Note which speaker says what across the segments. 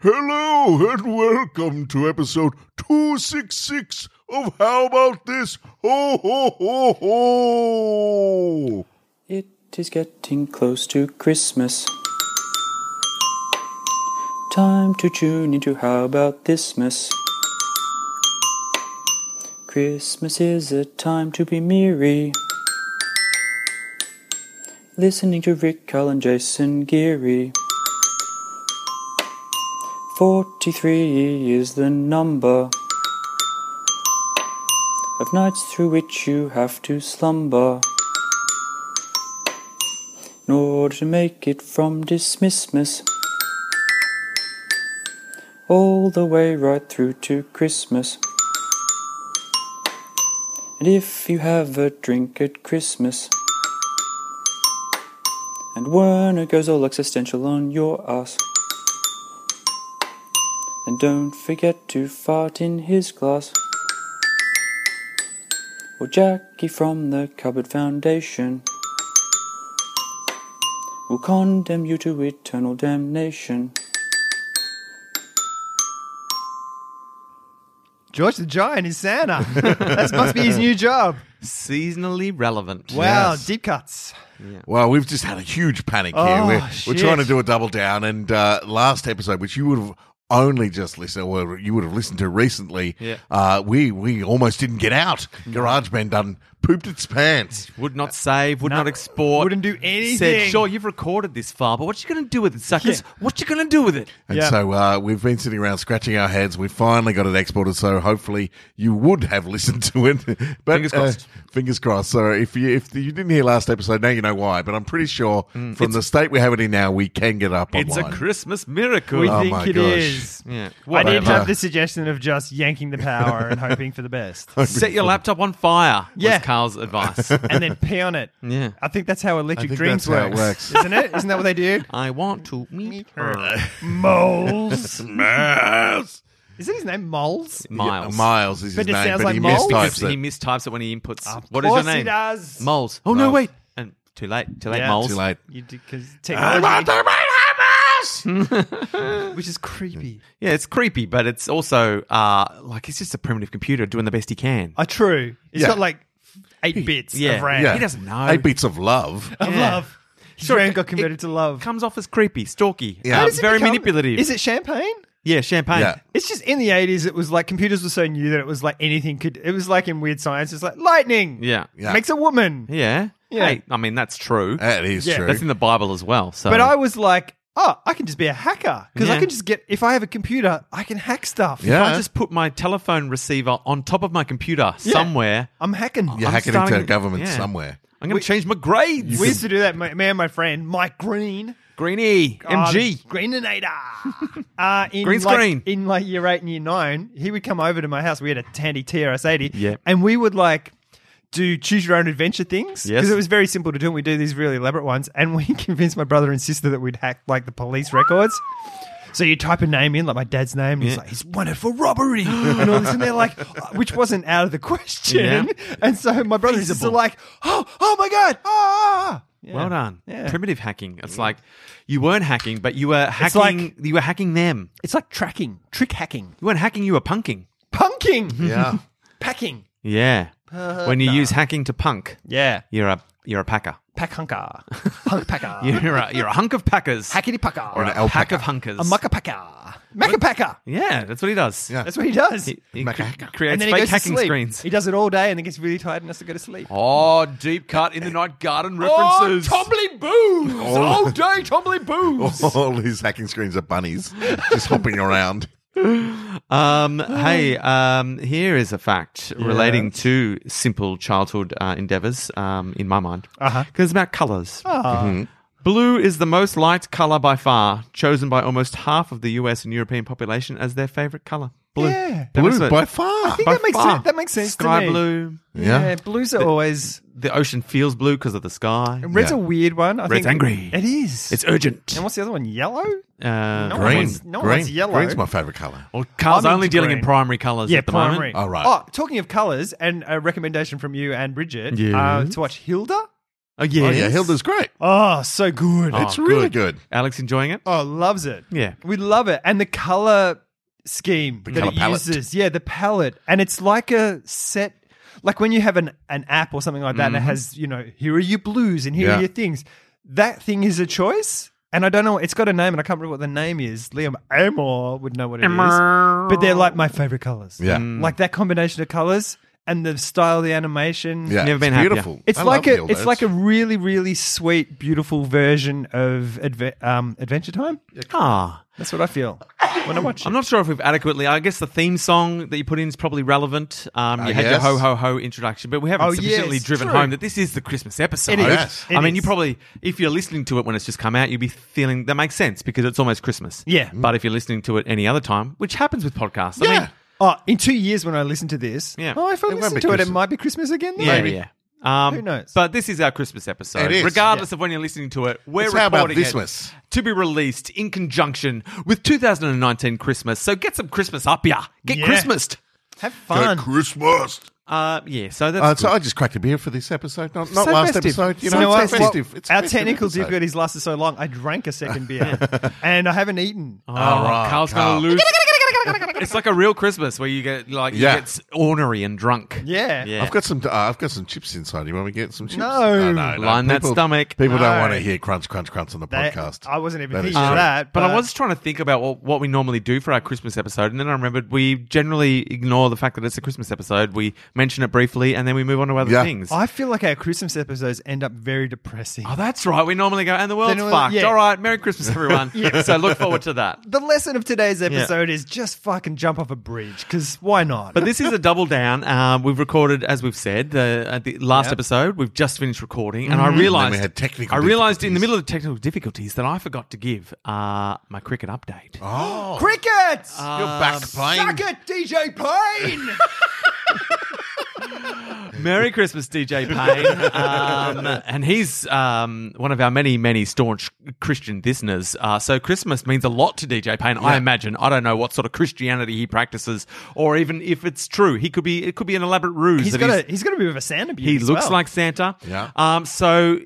Speaker 1: Hello and welcome to episode 266 of How About This? Ho ho ho ho!
Speaker 2: It is getting close to Christmas. Time to tune into How About This Miss? Christmas is a time to be merry. Listening to Rick Carl and Jason Geary. 43 is the number of nights through which you have to slumber in order to make it from dismissmas all the way right through to Christmas. And if you have a drink at Christmas, and Werner goes all existential on your ass, then don't forget to fart in his glass. Or Jackie from the Cupboard Foundation will condemn you to eternal damnation.
Speaker 3: George the Giant is Santa. that must be his new job.
Speaker 4: Seasonally relevant.
Speaker 3: Wow,
Speaker 1: Yes.
Speaker 3: deep cuts.
Speaker 1: Well, we've just had a huge panic here.
Speaker 3: Oh,
Speaker 1: we're, we're
Speaker 3: shit.
Speaker 1: trying to do a double down, and uh, last episode, which you would have only just listened, or you would have listened to recently,
Speaker 4: Yeah.
Speaker 1: uh, we we almost didn't get out. GarageBand done pooped its pants.
Speaker 4: Would not save, would
Speaker 3: No.
Speaker 4: not export.
Speaker 3: Wouldn't do
Speaker 4: Said,
Speaker 3: anything.
Speaker 4: sure, you've recorded this far, but what you going to do with it, suckers? What you going to do with it?
Speaker 1: And
Speaker 3: Yeah.
Speaker 1: so uh, we've been sitting around scratching our heads. We finally got it exported, so hopefully you would have listened to it. But,
Speaker 4: Fingers crossed.
Speaker 1: uh, fingers crossed. So if you if you didn't hear last episode, now you know why. But I'm pretty sure from the state we have it in now, we can get it up
Speaker 4: Mm. It's
Speaker 1: online.
Speaker 4: a Christmas miracle.
Speaker 3: We
Speaker 1: Oh my
Speaker 3: think it
Speaker 1: gosh.
Speaker 3: is.
Speaker 4: Yeah.
Speaker 3: I
Speaker 4: Whatever.
Speaker 3: did have the suggestion of just yanking the power and hoping for the best.
Speaker 4: Set your laptop on fire,
Speaker 3: Yeah.
Speaker 4: was Carl's advice.
Speaker 3: And then pee on it.
Speaker 4: Yeah.
Speaker 3: I think that's how electric
Speaker 1: think
Speaker 3: dreams
Speaker 1: that's how it
Speaker 3: works.
Speaker 1: works.
Speaker 3: Isn't it? Isn't that what they do?
Speaker 4: I want to meet her.
Speaker 3: Moles.
Speaker 1: Miles.
Speaker 3: Is it his name Moles?
Speaker 4: Miles.
Speaker 1: Miles is
Speaker 3: But
Speaker 1: his
Speaker 3: it
Speaker 1: name,
Speaker 3: sounds
Speaker 1: but
Speaker 3: like
Speaker 1: he
Speaker 3: Miles.
Speaker 4: Because
Speaker 1: mistypes
Speaker 4: he
Speaker 1: it.
Speaker 4: mistypes it when he inputs.
Speaker 3: Of
Speaker 4: what is
Speaker 3: course
Speaker 4: your name?
Speaker 3: he does.
Speaker 4: Moles. Oh, no,
Speaker 1: Moles.
Speaker 4: wait. And too late. Too late,
Speaker 3: Yeah.
Speaker 4: Moles.
Speaker 1: Too late.
Speaker 3: You do because
Speaker 1: I want
Speaker 3: technology,
Speaker 1: to meet her, Miles!
Speaker 3: which is creepy.
Speaker 4: Yeah, it's creepy, but it's also uh, like it's just a primitive computer doing the best he can.
Speaker 3: Oh, true. It's
Speaker 1: Yeah.
Speaker 3: got like eight bits
Speaker 4: Yeah.
Speaker 3: of RAM.
Speaker 1: Yeah.
Speaker 4: He doesn't know.
Speaker 1: Eight beats of love.
Speaker 3: Of
Speaker 4: Yeah.
Speaker 3: love. His
Speaker 4: Sure,
Speaker 3: RAM
Speaker 4: it-
Speaker 3: got converted
Speaker 4: it
Speaker 3: to love.
Speaker 4: Comes off as creepy, stalky,
Speaker 1: Yeah.
Speaker 4: um,
Speaker 1: How does
Speaker 3: Does it
Speaker 4: very
Speaker 3: become-
Speaker 4: manipulative.
Speaker 3: Is it champagne?
Speaker 4: Yeah, champagne.
Speaker 1: Yeah.
Speaker 3: It's just in the eighties. It was like computers were so new that it was like anything could. It was like in weird science. It's like lightning.
Speaker 4: Yeah.
Speaker 1: Yeah.
Speaker 3: makes a woman.
Speaker 4: Yeah.
Speaker 3: Yeah.
Speaker 4: Hey, I mean, that's true.
Speaker 1: That is
Speaker 3: Yeah,
Speaker 1: true.
Speaker 4: That's in the Bible as well. So.
Speaker 3: But I was like, oh, I can just be a hacker because I
Speaker 4: Yeah.
Speaker 3: can just get. If I have a computer, I can hack stuff.
Speaker 1: Yeah.
Speaker 4: I just put my telephone receiver on top of my computer somewhere.
Speaker 3: I'm hacking.
Speaker 1: You're
Speaker 4: I'm
Speaker 1: hacking into
Speaker 4: starting-
Speaker 1: government
Speaker 4: yeah.
Speaker 1: somewhere.
Speaker 4: I'm going to change my grades.
Speaker 3: We used to do that. My, me and my friend Mike Green,
Speaker 4: Greeny, MG.
Speaker 3: uh, Greeninator. uh, in
Speaker 4: Green
Speaker 3: like-
Speaker 4: screen.
Speaker 3: in like year eight and year nine, he would come over to my house. We had a Tandy TRS eighty,
Speaker 4: Yeah.
Speaker 3: and we would like do choose your own adventure things because
Speaker 4: Yes.
Speaker 3: it was very simple to do. and We do these really elaborate ones, and we convinced my brother and sister that we'd hack like the police records. So you type a name in, like my dad's name, and he's
Speaker 4: Yeah.
Speaker 3: like, he's wanted for robbery and all this, and they're like, uh, which wasn't out of the question. And so my brother and sister are
Speaker 4: Feasible.
Speaker 3: like, oh, oh my god, ah. Yeah.
Speaker 4: Well done.
Speaker 3: Yeah.
Speaker 4: Primitive hacking. It's like you weren't hacking, but you were hacking.
Speaker 3: like-
Speaker 4: you were hacking them.
Speaker 3: It's like tracking, trick hacking,
Speaker 4: You weren't hacking. You were punking.
Speaker 3: punking,
Speaker 1: Yeah.
Speaker 3: packing.
Speaker 4: Yeah. when you use hacking to punk,
Speaker 3: Yeah,
Speaker 4: you're a you're a packer.
Speaker 3: pack hunker, hunk packer,
Speaker 4: You're a you're a hunk of packers.
Speaker 3: hackity packer,
Speaker 1: Or an
Speaker 4: a pack
Speaker 1: alpaca.
Speaker 4: of hunkers.
Speaker 3: a mucker packer, macker packer.
Speaker 4: yeah, that's what he does.
Speaker 1: Yeah.
Speaker 3: That's what he does.
Speaker 4: He, he
Speaker 1: Mac-
Speaker 4: cre-
Speaker 1: hacker.
Speaker 4: creates
Speaker 3: and then he
Speaker 4: fake
Speaker 3: goes to
Speaker 4: hacking
Speaker 3: sleep.
Speaker 4: screens.
Speaker 3: He does it all day and then gets really tired and has to go to sleep.
Speaker 4: Oh, deep cut
Speaker 3: Eh.
Speaker 4: in the night garden
Speaker 3: Oh,
Speaker 4: references. Oh.
Speaker 3: Tombly boos all day, Tombly boos.
Speaker 1: All his hacking screens are bunnies just hopping around.
Speaker 4: Um, hey, um, here is a fact relating to simple childhood uh, endeavors. Um, in my mind, because
Speaker 3: Uh-huh. Ah.
Speaker 4: it's about colors. Mhm. Blue is the most liked color by far, chosen by almost half of the U.S. and European population as their favorite color. Blue,
Speaker 3: Yeah.
Speaker 4: That
Speaker 1: Blue
Speaker 4: was it.
Speaker 1: by far.
Speaker 3: I think
Speaker 4: By
Speaker 3: that makes
Speaker 4: far.
Speaker 3: sense. That makes sense.
Speaker 4: Sky
Speaker 3: to me.
Speaker 4: blue.
Speaker 3: Yeah.
Speaker 1: yeah.
Speaker 3: blues are always.
Speaker 4: The ocean feels blue because of the sky.
Speaker 3: Red's
Speaker 1: Yeah.
Speaker 3: a weird one. I
Speaker 4: Red's
Speaker 3: think
Speaker 4: angry.
Speaker 3: It is.
Speaker 4: It's urgent.
Speaker 3: and what's the other one? Yellow.
Speaker 4: Uh,
Speaker 3: No
Speaker 1: Green.
Speaker 3: one's- no
Speaker 1: green.
Speaker 3: one's yellow.
Speaker 1: Green's my favourite colour.
Speaker 4: Well, Carl's
Speaker 3: I'm
Speaker 4: only
Speaker 3: into
Speaker 4: dealing in
Speaker 3: green.
Speaker 4: primary colors
Speaker 3: Yeah,
Speaker 4: at the
Speaker 3: primary.
Speaker 4: moment.
Speaker 1: Oh, right.
Speaker 3: Oh, talking of colours, and a recommendation from you and Bridget uh,
Speaker 4: Yes.
Speaker 3: to watch Hilda.
Speaker 4: Oh, yes.
Speaker 1: Oh, yeah, Hilda's great.
Speaker 3: Oh, so good.
Speaker 1: it's really good.
Speaker 4: Alex enjoying it?
Speaker 3: Oh, loves it.
Speaker 4: Yeah.
Speaker 3: We love it. And the color scheme that
Speaker 1: colour
Speaker 3: it
Speaker 1: palette.
Speaker 3: uses. Yeah, the palette. And it's like a set like when you have an, an app or something like that and it has, you know, here are your blues and here
Speaker 1: Mm-hmm. Yeah.
Speaker 3: are your things. That thing is a choice. And I don't know, it's got a name and I can't remember what the name is. Liam Amor would know what it is. But they're like my favorite colors. Mm.
Speaker 1: Yeah.
Speaker 3: Like that combination of colors and the style of the animation.
Speaker 1: Yeah,
Speaker 4: Never
Speaker 1: it's
Speaker 4: been happier.
Speaker 1: beautiful.
Speaker 3: It's
Speaker 1: I
Speaker 3: like
Speaker 1: love
Speaker 3: a
Speaker 1: Hilda.
Speaker 3: it's like a really really sweet beautiful version of adve- um, Adventure Time.
Speaker 4: Ah.
Speaker 3: That's what I feel when I watch it.
Speaker 4: I'm not sure if we've adequately. I guess the theme song that you put in is probably relevant. Um, you
Speaker 1: Uh,
Speaker 4: had your
Speaker 1: yes.
Speaker 4: ho ho ho introduction, but we haven't
Speaker 3: Oh, yes,
Speaker 4: sufficiently driven
Speaker 3: true.
Speaker 4: home that this is the Christmas episode.
Speaker 3: It is.
Speaker 1: Yes.
Speaker 4: I
Speaker 3: It
Speaker 4: mean,
Speaker 3: is.
Speaker 4: you probably, if you're listening to it when it's just come out, you'd be feeling that makes sense because it's almost Christmas.
Speaker 3: Yeah.
Speaker 4: But if you're listening to it any other time, which happens with podcasts, I
Speaker 1: Yeah.
Speaker 4: mean,
Speaker 3: Oh, in two years when I listen to this,
Speaker 4: Yeah.
Speaker 3: oh, if I
Speaker 1: It won't
Speaker 3: listen
Speaker 1: be
Speaker 3: to it, it
Speaker 1: Christmas.
Speaker 3: might be Christmas again. Then.
Speaker 4: yeah,
Speaker 1: Maybe.
Speaker 4: yeah. Um,
Speaker 3: Who knows?
Speaker 4: But this is our Christmas episode.
Speaker 1: It is.
Speaker 4: Regardless of when you're listening to it, we're
Speaker 1: It's how about
Speaker 4: recording it
Speaker 1: Christmas?
Speaker 4: to be released in conjunction with 2019 Christmas. So get some Christmas up, ya. Get
Speaker 3: Yeah.
Speaker 4: Christmased.
Speaker 3: Have
Speaker 1: Good
Speaker 3: fun.
Speaker 1: Christmas.
Speaker 4: Uh, yeah, so that's
Speaker 1: Uh,
Speaker 4: good.
Speaker 1: so I just cracked a beer for this episode, not, not
Speaker 4: So
Speaker 1: last
Speaker 4: festive.
Speaker 1: episode. You
Speaker 4: So
Speaker 1: know, it's
Speaker 4: festive.
Speaker 1: festive. It's a
Speaker 3: Our
Speaker 1: festive
Speaker 3: technical
Speaker 1: episode.
Speaker 3: difficulties lasted so long. I drank a second beer and I haven't eaten.
Speaker 4: Oh,
Speaker 1: right,
Speaker 4: Carl's
Speaker 1: Carl.
Speaker 4: gonna lose. it's like a real Christmas where you get like you
Speaker 1: Yeah.
Speaker 4: get s- ornery and drunk.
Speaker 3: Yeah.
Speaker 4: yeah.
Speaker 1: I've got some. Uh, I've got some chips inside. You want me to get some chips? Oh,
Speaker 3: No.
Speaker 4: Line that stomach.
Speaker 1: People don't
Speaker 3: No.
Speaker 1: want to hear crunch, crunch, crunch on the
Speaker 3: That-
Speaker 1: podcast.
Speaker 3: I wasn't even
Speaker 1: That uh, is
Speaker 3: thinking of
Speaker 1: true.
Speaker 3: that.
Speaker 4: But I was trying to think about what, what we normally do for our Christmas episode, and then I remembered we generally ignore the fact that it's a Christmas episode. We mention it briefly, and then we move on to other
Speaker 1: Yeah.
Speaker 4: things.
Speaker 3: I feel like our Christmas episodes end up very depressing.
Speaker 4: oh, that's right. We normally go, and the world's
Speaker 3: Then we-
Speaker 4: fucked.
Speaker 3: yeah.
Speaker 4: All right, Merry Christmas, everyone. So look forward to that.
Speaker 3: the lesson of today's episode is just fucking jump off a bridge because why not?
Speaker 4: But this is a double down. Um, we've recorded, as we've said, the, at the last
Speaker 3: Yep. Mm-hmm.
Speaker 4: episode. We've just finished recording, and I realised
Speaker 1: we had technical
Speaker 4: I realised in
Speaker 1: difficulties.
Speaker 4: the middle of the technical difficulties that I forgot to give uh, my cricket update.
Speaker 1: oh,
Speaker 3: cricket.
Speaker 1: you're back playing.
Speaker 3: Suck it, DJ Payne.
Speaker 4: Merry Christmas, DJ Payne, um, and he's um, one of our many, many staunch Christian listeners. Uh, so Christmas means a lot to DJ Payne. I imagine. I don't know what sort of Christianity he practices, or even if it's true. He could be. It could be an elaborate ruse.
Speaker 3: he's
Speaker 4: that
Speaker 3: got to he's got to be with a sound abuse.
Speaker 4: He
Speaker 3: as
Speaker 4: looks
Speaker 3: well.
Speaker 4: like Santa.
Speaker 1: Yeah.
Speaker 4: Um, so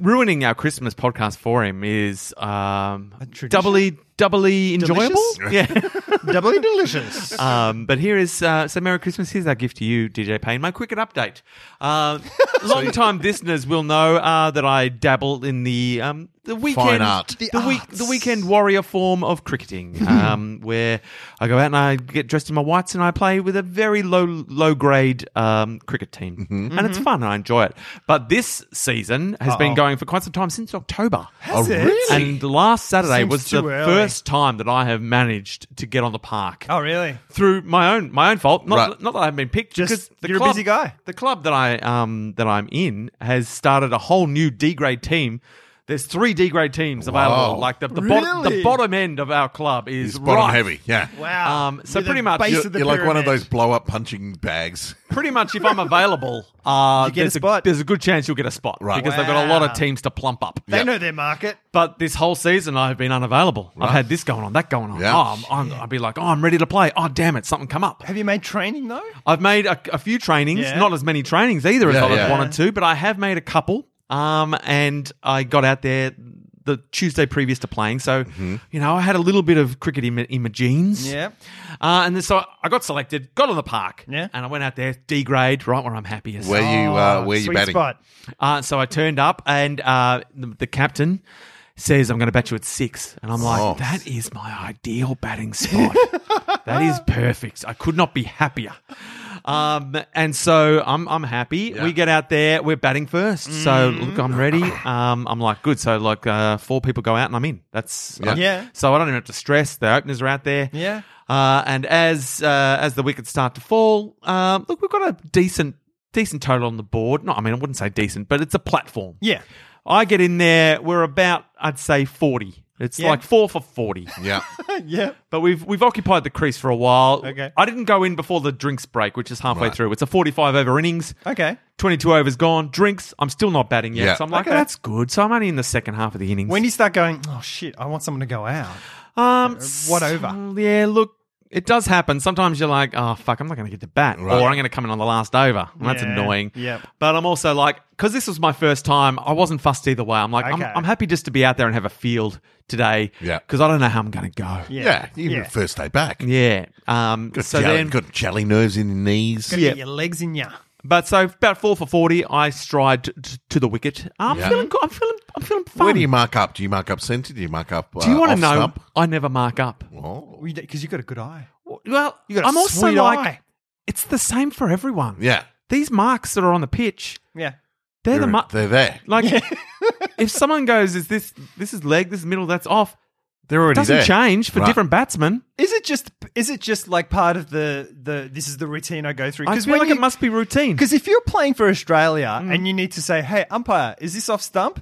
Speaker 4: ruining our Christmas podcast for him is um,
Speaker 3: tradition?
Speaker 4: doubly doubly enjoyable. Yeah.
Speaker 3: doubly delicious.
Speaker 4: um, but here is uh, so Merry Christmas. Here's our gift to you, DJ Payne. My cricket update. Uh, Long time listeners will know uh, that I dabble in the um, the weekend
Speaker 1: art.
Speaker 4: the week the weekend warrior form of cricketing, um, where I go out and I get dressed in my whites and I play with a very low low grade um, cricket team, and it's fun. and I enjoy it. But this season has been going for quite some time since October.
Speaker 3: Has
Speaker 1: Oh,
Speaker 3: it?
Speaker 1: really?
Speaker 4: And last Saturday
Speaker 3: Seems
Speaker 4: was the
Speaker 3: too early.
Speaker 4: first time that I have managed to get on the park
Speaker 3: Oh, really?
Speaker 4: through my own my own fault. Not
Speaker 1: Right.
Speaker 4: not that I've been picked.
Speaker 3: Just
Speaker 4: because the
Speaker 3: you're a
Speaker 4: club,
Speaker 3: busy guy.
Speaker 4: The club that I um that I'm in has started a whole new D grade team. There's three D grade teams available.
Speaker 1: Wow.
Speaker 4: Like the the, bottom
Speaker 3: Really?
Speaker 4: the bottom end of our club is
Speaker 1: It's bottom
Speaker 4: rife.
Speaker 1: heavy. Yeah.
Speaker 3: Wow.
Speaker 4: Um, so
Speaker 3: You're the
Speaker 4: pretty much-
Speaker 3: base
Speaker 1: You're,
Speaker 3: of the
Speaker 1: you're like one of
Speaker 3: pyramid.
Speaker 1: those blow up punching bags.
Speaker 4: Pretty much, if I'm available, uh,
Speaker 3: You get a
Speaker 4: there's
Speaker 3: spot.
Speaker 4: there's a good chance you'll get a spot
Speaker 1: Right.
Speaker 4: because they've got a lot
Speaker 3: Wow.
Speaker 4: of teams to plump up.
Speaker 3: They know their market.
Speaker 4: But this whole season, I've been unavailable. I've had this going on, that going on.
Speaker 1: Yeah.
Speaker 4: Oh, I'm, I'm, I'd be like, oh, I'm ready to play. Oh, damn it, something come up.
Speaker 3: Have you made training though?
Speaker 4: I've made a, a few trainings,
Speaker 3: Yeah.
Speaker 4: not as many trainings either as
Speaker 1: Yeah,
Speaker 4: I'd have
Speaker 1: yeah.
Speaker 4: wanted to, but I have made a couple. Um, and I got out there the Tuesday previous to playing, so
Speaker 1: Mm-hmm.
Speaker 4: you know I had a little bit of cricket in, my- in my jeans.
Speaker 3: Yep.
Speaker 4: Uh, and then so I got selected, got on the park,
Speaker 3: Yeah.
Speaker 4: and I went out there D grade, right where I'm happiest.
Speaker 1: Where you uh, where you
Speaker 3: Oh, Sweet
Speaker 1: batting?
Speaker 3: spot.
Speaker 4: Uh, so I turned up, and uh, the, the captain says, "I'm going to bat you at six. and I'm like,
Speaker 1: Oh.
Speaker 4: "That is my ideal batting spot. that is perfect. I could not be happier." Um, and so I'm I'm happy. We get out there, we're batting first. So
Speaker 1: Mm.
Speaker 4: look, I'm ready. Um, I'm like good. So like uh, four people go out, and I'm in. That's uh,
Speaker 1: Yeah.
Speaker 3: Yeah.
Speaker 4: So I don't even have to stress. The openers are out there.
Speaker 3: Yeah.
Speaker 4: Uh, and as uh, as the wickets start to fall, um, look, we've got a decent decent total on the board. No, I mean I wouldn't say decent, but it's a platform.
Speaker 3: Yeah.
Speaker 4: I get in there. We're about I'd say forty. It's
Speaker 3: Yeah.
Speaker 4: like four for forty.
Speaker 1: Yeah.
Speaker 3: yeah.
Speaker 4: But we've we've occupied the crease for a while.
Speaker 3: Okay.
Speaker 4: I didn't go in before the drinks break, which is halfway
Speaker 1: Right.
Speaker 4: through. It's a forty-five over innings.
Speaker 3: Okay.
Speaker 4: Twenty-two overs gone. Drinks. I'm still not batting yet,
Speaker 1: Yeah.
Speaker 4: so I'm like,
Speaker 3: Okay.
Speaker 4: that's good. So I'm only in the second half of the innings.
Speaker 3: When do you start going? Oh shit! I want someone to go out.
Speaker 4: Um,
Speaker 3: What
Speaker 4: s-
Speaker 3: over?
Speaker 4: Yeah, look, It does happen. Sometimes you're like, oh, fuck, I'm not going to get to bat.
Speaker 1: Right.
Speaker 4: Or I'm going to come in on the last over. Well, that's
Speaker 3: Yeah.
Speaker 4: annoying.
Speaker 3: Yep.
Speaker 4: But I'm also like, because this was my first time, I wasn't fussed either way. I'm like,
Speaker 3: Okay.
Speaker 4: I'm, I'm happy just to be out there and have a field today.
Speaker 1: Yeah.
Speaker 4: Because I don't know how I'm going to go.
Speaker 3: Yeah.
Speaker 1: Yeah, even
Speaker 3: Yeah.
Speaker 1: first day back.
Speaker 4: Yeah. Um,
Speaker 1: Got,
Speaker 4: so
Speaker 1: jelly,
Speaker 4: then,
Speaker 1: got jelly nerves in your knees.
Speaker 3: Gotta
Speaker 4: Yeah.
Speaker 3: get your legs in ya.
Speaker 4: but so about four for forty, I stride t- t- to the wicket. Um, I'm
Speaker 1: Yeah.
Speaker 4: feeling, good. I'm feeling, I'm feeling fun.
Speaker 1: Where do you mark up? Do you mark up centre? Do you mark up? Uh,
Speaker 4: Do you want to
Speaker 1: off
Speaker 4: know?
Speaker 1: stump?
Speaker 4: I never mark up.
Speaker 1: Oh.
Speaker 3: Because you got a good eye.
Speaker 4: Well,
Speaker 3: You got a
Speaker 4: I'm also
Speaker 3: sweet
Speaker 4: like,
Speaker 3: eye.
Speaker 4: it's the same for everyone.
Speaker 1: Yeah,
Speaker 4: These marks that are on the pitch,
Speaker 3: Yeah.
Speaker 4: they're
Speaker 1: they're,
Speaker 4: the mar-
Speaker 1: they're there.
Speaker 4: like. if someone goes, is this this is leg, this is middle, that's off.
Speaker 1: They're already
Speaker 4: Doesn't
Speaker 1: there.
Speaker 4: change for
Speaker 1: Right.
Speaker 4: different batsmen.
Speaker 3: Is it just? Is it just like part of the the? This is the routine I go through.
Speaker 4: I feel
Speaker 3: when
Speaker 4: like
Speaker 3: you-
Speaker 4: it must be routine.
Speaker 3: Because if you're playing for Australia
Speaker 4: Mm.
Speaker 3: and you need to say, "Hey, umpire, is this off stump?"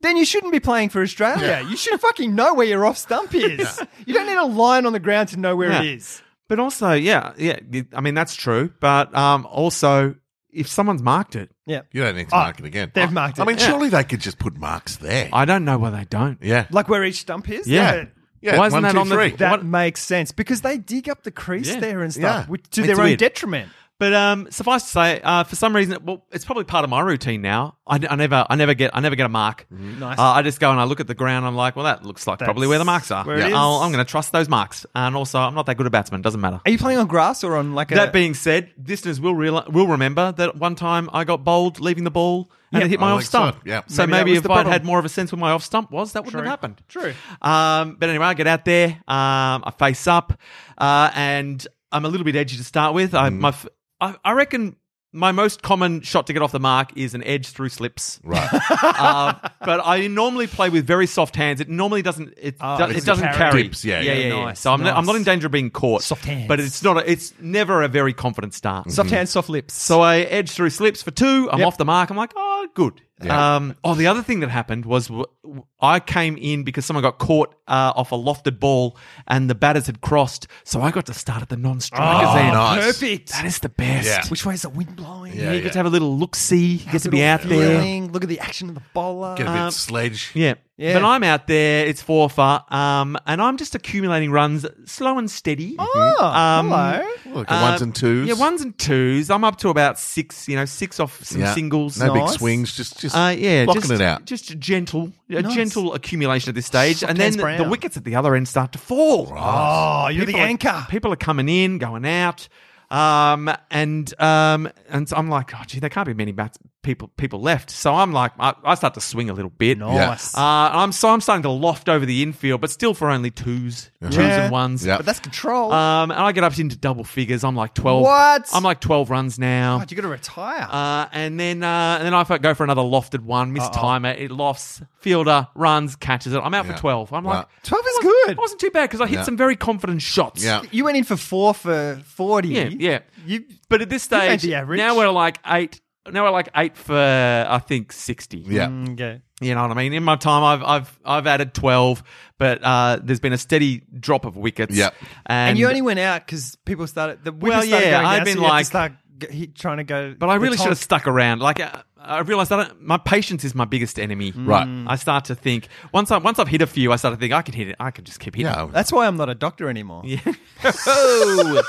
Speaker 3: Then you shouldn't be playing for Australia. You should fucking know where your off stump is. You don't need a line on the ground to know where it
Speaker 4: Yeah.
Speaker 3: is.
Speaker 4: But also, yeah, yeah. I mean, that's true. But um, also, if someone's marked it,
Speaker 3: Yeah,
Speaker 1: You don't need to
Speaker 3: Oh,
Speaker 1: mark it again.
Speaker 3: they've marked
Speaker 1: I
Speaker 3: it,
Speaker 1: mean,
Speaker 3: yeah.
Speaker 1: surely they could just put marks there.
Speaker 4: I don't know why they don't.
Speaker 1: yeah.
Speaker 3: like where each stump is.
Speaker 4: Yeah.
Speaker 3: That-
Speaker 1: yeah.
Speaker 4: Why isn't
Speaker 1: one,
Speaker 4: that
Speaker 1: two,
Speaker 4: on the-
Speaker 1: three.
Speaker 3: That
Speaker 4: What-
Speaker 3: makes sense because they dig up the crease
Speaker 4: Yeah.
Speaker 3: there and stuff
Speaker 1: Yeah.
Speaker 3: which, to
Speaker 4: It's
Speaker 3: their own
Speaker 4: weird.
Speaker 3: detriment.
Speaker 4: But um, suffice to say, uh, for some reason, well, it's probably part of my routine now. I, I never, I never get, I never get a mark.
Speaker 3: Mm-hmm. Nice.
Speaker 4: Uh, I just go and I look at the ground. I'm like, well, that looks like probably
Speaker 3: That's
Speaker 4: where the marks are.
Speaker 3: where it
Speaker 4: I'll-
Speaker 3: is.
Speaker 4: I'm going to trust those marks. And also, I'm not that good a batsman. Doesn't matter.
Speaker 3: Are you playing on grass or on like a?
Speaker 4: That being said, listeners will real, will remember that one time I got bowled leaving the ball and
Speaker 3: Yeah.
Speaker 4: it hit my
Speaker 1: I
Speaker 4: off
Speaker 1: think
Speaker 4: stump.
Speaker 1: so, yeah.
Speaker 4: So
Speaker 3: Maybe that
Speaker 4: maybe,
Speaker 3: was
Speaker 4: if
Speaker 3: the
Speaker 4: I'd
Speaker 3: problem.
Speaker 4: had more of a sense where my off stump was, that wouldn't
Speaker 3: True.
Speaker 4: have happened.
Speaker 3: True.
Speaker 4: Um, but anyway, I get out there, um, I face up, uh, and I'm a little bit edgy to start with. I,
Speaker 3: Mm.
Speaker 4: my f I I I reckon my most common shot to get off the mark is an edge through slips.
Speaker 1: Right.
Speaker 4: uh, but I normally play with very soft hands. It normally doesn't. It,
Speaker 3: Oh,
Speaker 4: do-
Speaker 3: it's
Speaker 4: it doesn't
Speaker 3: carry.
Speaker 4: carry.
Speaker 1: Dips, yeah,
Speaker 4: yeah,
Speaker 1: yeah.
Speaker 3: Nice,
Speaker 4: So I'm, not, I'm not
Speaker 3: nice.
Speaker 4: in danger of being caught.
Speaker 3: Soft hands.
Speaker 4: but it's not. A, it's never a very confident start.
Speaker 3: soft hands, soft lips.
Speaker 4: So I edge through slips for two. I'm
Speaker 3: Yep.
Speaker 4: off the mark. I'm like, oh, good.
Speaker 1: Yeah.
Speaker 4: Um, oh, the other thing that happened was w- w- I came in because someone got caught uh, off a lofted ball and the batters had crossed. So I got to start at the non strikers
Speaker 1: Oh,
Speaker 4: end.
Speaker 1: nice.
Speaker 3: Ah, perfect.
Speaker 4: That is the best.
Speaker 1: Yeah.
Speaker 3: Which way is the wind blowing?
Speaker 1: Yeah,
Speaker 4: you
Speaker 1: yeah.
Speaker 4: get to have a little look see, you get to be
Speaker 3: Little
Speaker 4: out there.
Speaker 3: feeling, Look at the action of the bowler.
Speaker 1: Get a bit
Speaker 4: Um,
Speaker 1: sledge.
Speaker 4: Yeah.
Speaker 3: Yeah.
Speaker 4: But I'm out there, it's four for, um, and I'm just accumulating runs slow and steady.
Speaker 3: Oh,
Speaker 4: Um,
Speaker 3: hello.
Speaker 1: Look, at Mm-hmm. ones
Speaker 4: Uh,
Speaker 1: and twos.
Speaker 4: Yeah, ones and twos. I'm up to about six, you know, six off some
Speaker 1: Yeah.
Speaker 4: singles.
Speaker 1: No
Speaker 3: Nice.
Speaker 1: big swings. Just, just
Speaker 4: Uh, yeah,
Speaker 1: blocking
Speaker 4: just,
Speaker 1: it out.
Speaker 4: Just a gentle, a
Speaker 3: Nice.
Speaker 4: gentle accumulation at this stage,
Speaker 3: Soft
Speaker 4: and then
Speaker 3: hands
Speaker 4: the,
Speaker 3: brown.
Speaker 4: the wickets at the other end start to fall.
Speaker 3: Oh, you're
Speaker 4: People
Speaker 3: the
Speaker 4: are-
Speaker 3: anchor.
Speaker 4: people are coming in, going out, um, and um, and so I'm like, oh, gee, there can't be many bats, people people left. So I'm like, I, I start to swing a little bit.
Speaker 3: Nice.
Speaker 4: Uh, I'm so I'm starting to loft over the infield, but still for only 2s twos
Speaker 3: Yeah.
Speaker 4: and ones.
Speaker 1: Yeah.
Speaker 3: But that's control.
Speaker 4: Um, and I get up into double figures. I'm like twelve.
Speaker 3: What?
Speaker 4: I'm like twelve runs now.
Speaker 3: God, you got to retire.
Speaker 4: Uh, and then uh, and then I go for another lofted one, miss timer, it lofts, fielder runs, catches it. I'm out
Speaker 1: Yeah.
Speaker 4: for 12. I'm
Speaker 1: Wow.
Speaker 4: like,
Speaker 3: 12 is
Speaker 4: it
Speaker 3: good.
Speaker 4: It wasn't too bad because I hit
Speaker 1: Yeah.
Speaker 4: some very confident shots.
Speaker 1: Yeah.
Speaker 3: you went in for four for 40.
Speaker 4: Yeah, yeah.
Speaker 3: You,
Speaker 4: But at this
Speaker 3: You made
Speaker 4: stage,
Speaker 3: the average.
Speaker 4: now we're like eight. Now we're like eight for I think sixty.
Speaker 1: Yeah.
Speaker 3: Mm, okay.
Speaker 4: You know what I mean? In my time, I've I've I've added twelve, but uh, there's been a steady drop of wickets.
Speaker 1: Yep.
Speaker 4: and,
Speaker 3: And, you only went out because people started, the
Speaker 4: Well,
Speaker 3: well, started
Speaker 4: yeah,
Speaker 3: going
Speaker 4: I've
Speaker 3: down,
Speaker 4: been
Speaker 3: so you had to
Speaker 4: like-
Speaker 3: start g- he- trying to go.
Speaker 4: But I really should have stuck around. Like I, I realized I don't, my patience is my biggest enemy.
Speaker 1: Right. Mm.
Speaker 4: I start to think once I once I've hit a few, I start to think I can hit it. I can just keep hitting.
Speaker 1: Yeah.
Speaker 3: That's why I'm not a doctor anymore.
Speaker 4: Oh.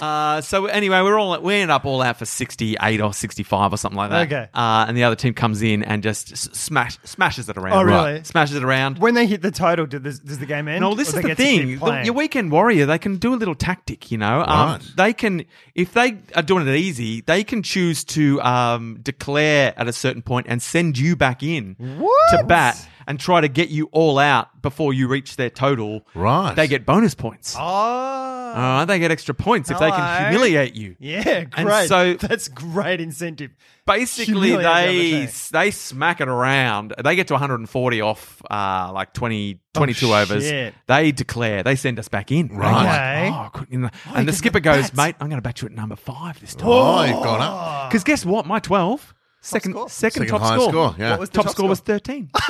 Speaker 4: uh, so anyway, we're all we end up all out for sixty eight or sixty five or something like that.
Speaker 3: Okay.
Speaker 4: Uh, and the other team comes in and just s- smash smashes it around.
Speaker 3: Oh, really? Right.
Speaker 4: Smashes it around.
Speaker 3: When they hit the total, did this, does the game end?
Speaker 4: No, this
Speaker 3: Or
Speaker 4: is
Speaker 3: they
Speaker 4: the
Speaker 3: get to keep
Speaker 4: thing. The-
Speaker 3: playing?
Speaker 4: your weekend warrior, they can do a little tactic. You know, um,
Speaker 1: Right.
Speaker 4: they can if they are doing it easy, they can choose to um, declare at a certain point and send you back in to
Speaker 3: What?
Speaker 4: bat and try to get you all out before you reach their total.
Speaker 1: Right.
Speaker 4: They get bonus points.
Speaker 3: Oh.
Speaker 4: Uh, they get extra points if they
Speaker 3: Hello.
Speaker 4: can humiliate you.
Speaker 3: yeah, great.
Speaker 4: And so-
Speaker 3: That's great incentive.
Speaker 4: Basically,
Speaker 3: Humiliate the other
Speaker 4: they
Speaker 3: team.
Speaker 4: they smack it around. They get to 140 off uh, like 20, 22 overs.
Speaker 3: Oh, shit.
Speaker 4: They declare. They send us back in.
Speaker 1: Right.
Speaker 4: They're
Speaker 3: Okay.
Speaker 4: like, "Oh, good," you know.
Speaker 3: you
Speaker 4: and the
Speaker 3: get
Speaker 4: skipper
Speaker 3: the
Speaker 4: goes,
Speaker 3: bats.
Speaker 4: mate, I'm going to bat you at number five this time.
Speaker 1: Oh, you've gone up.
Speaker 4: Because guess what? My 12, second,
Speaker 3: score.
Speaker 4: second,
Speaker 1: Second
Speaker 4: top
Speaker 1: highest
Speaker 4: score.
Speaker 1: score, yeah.
Speaker 3: What was the
Speaker 4: top,
Speaker 3: top
Speaker 4: score was
Speaker 3: score?
Speaker 4: 13.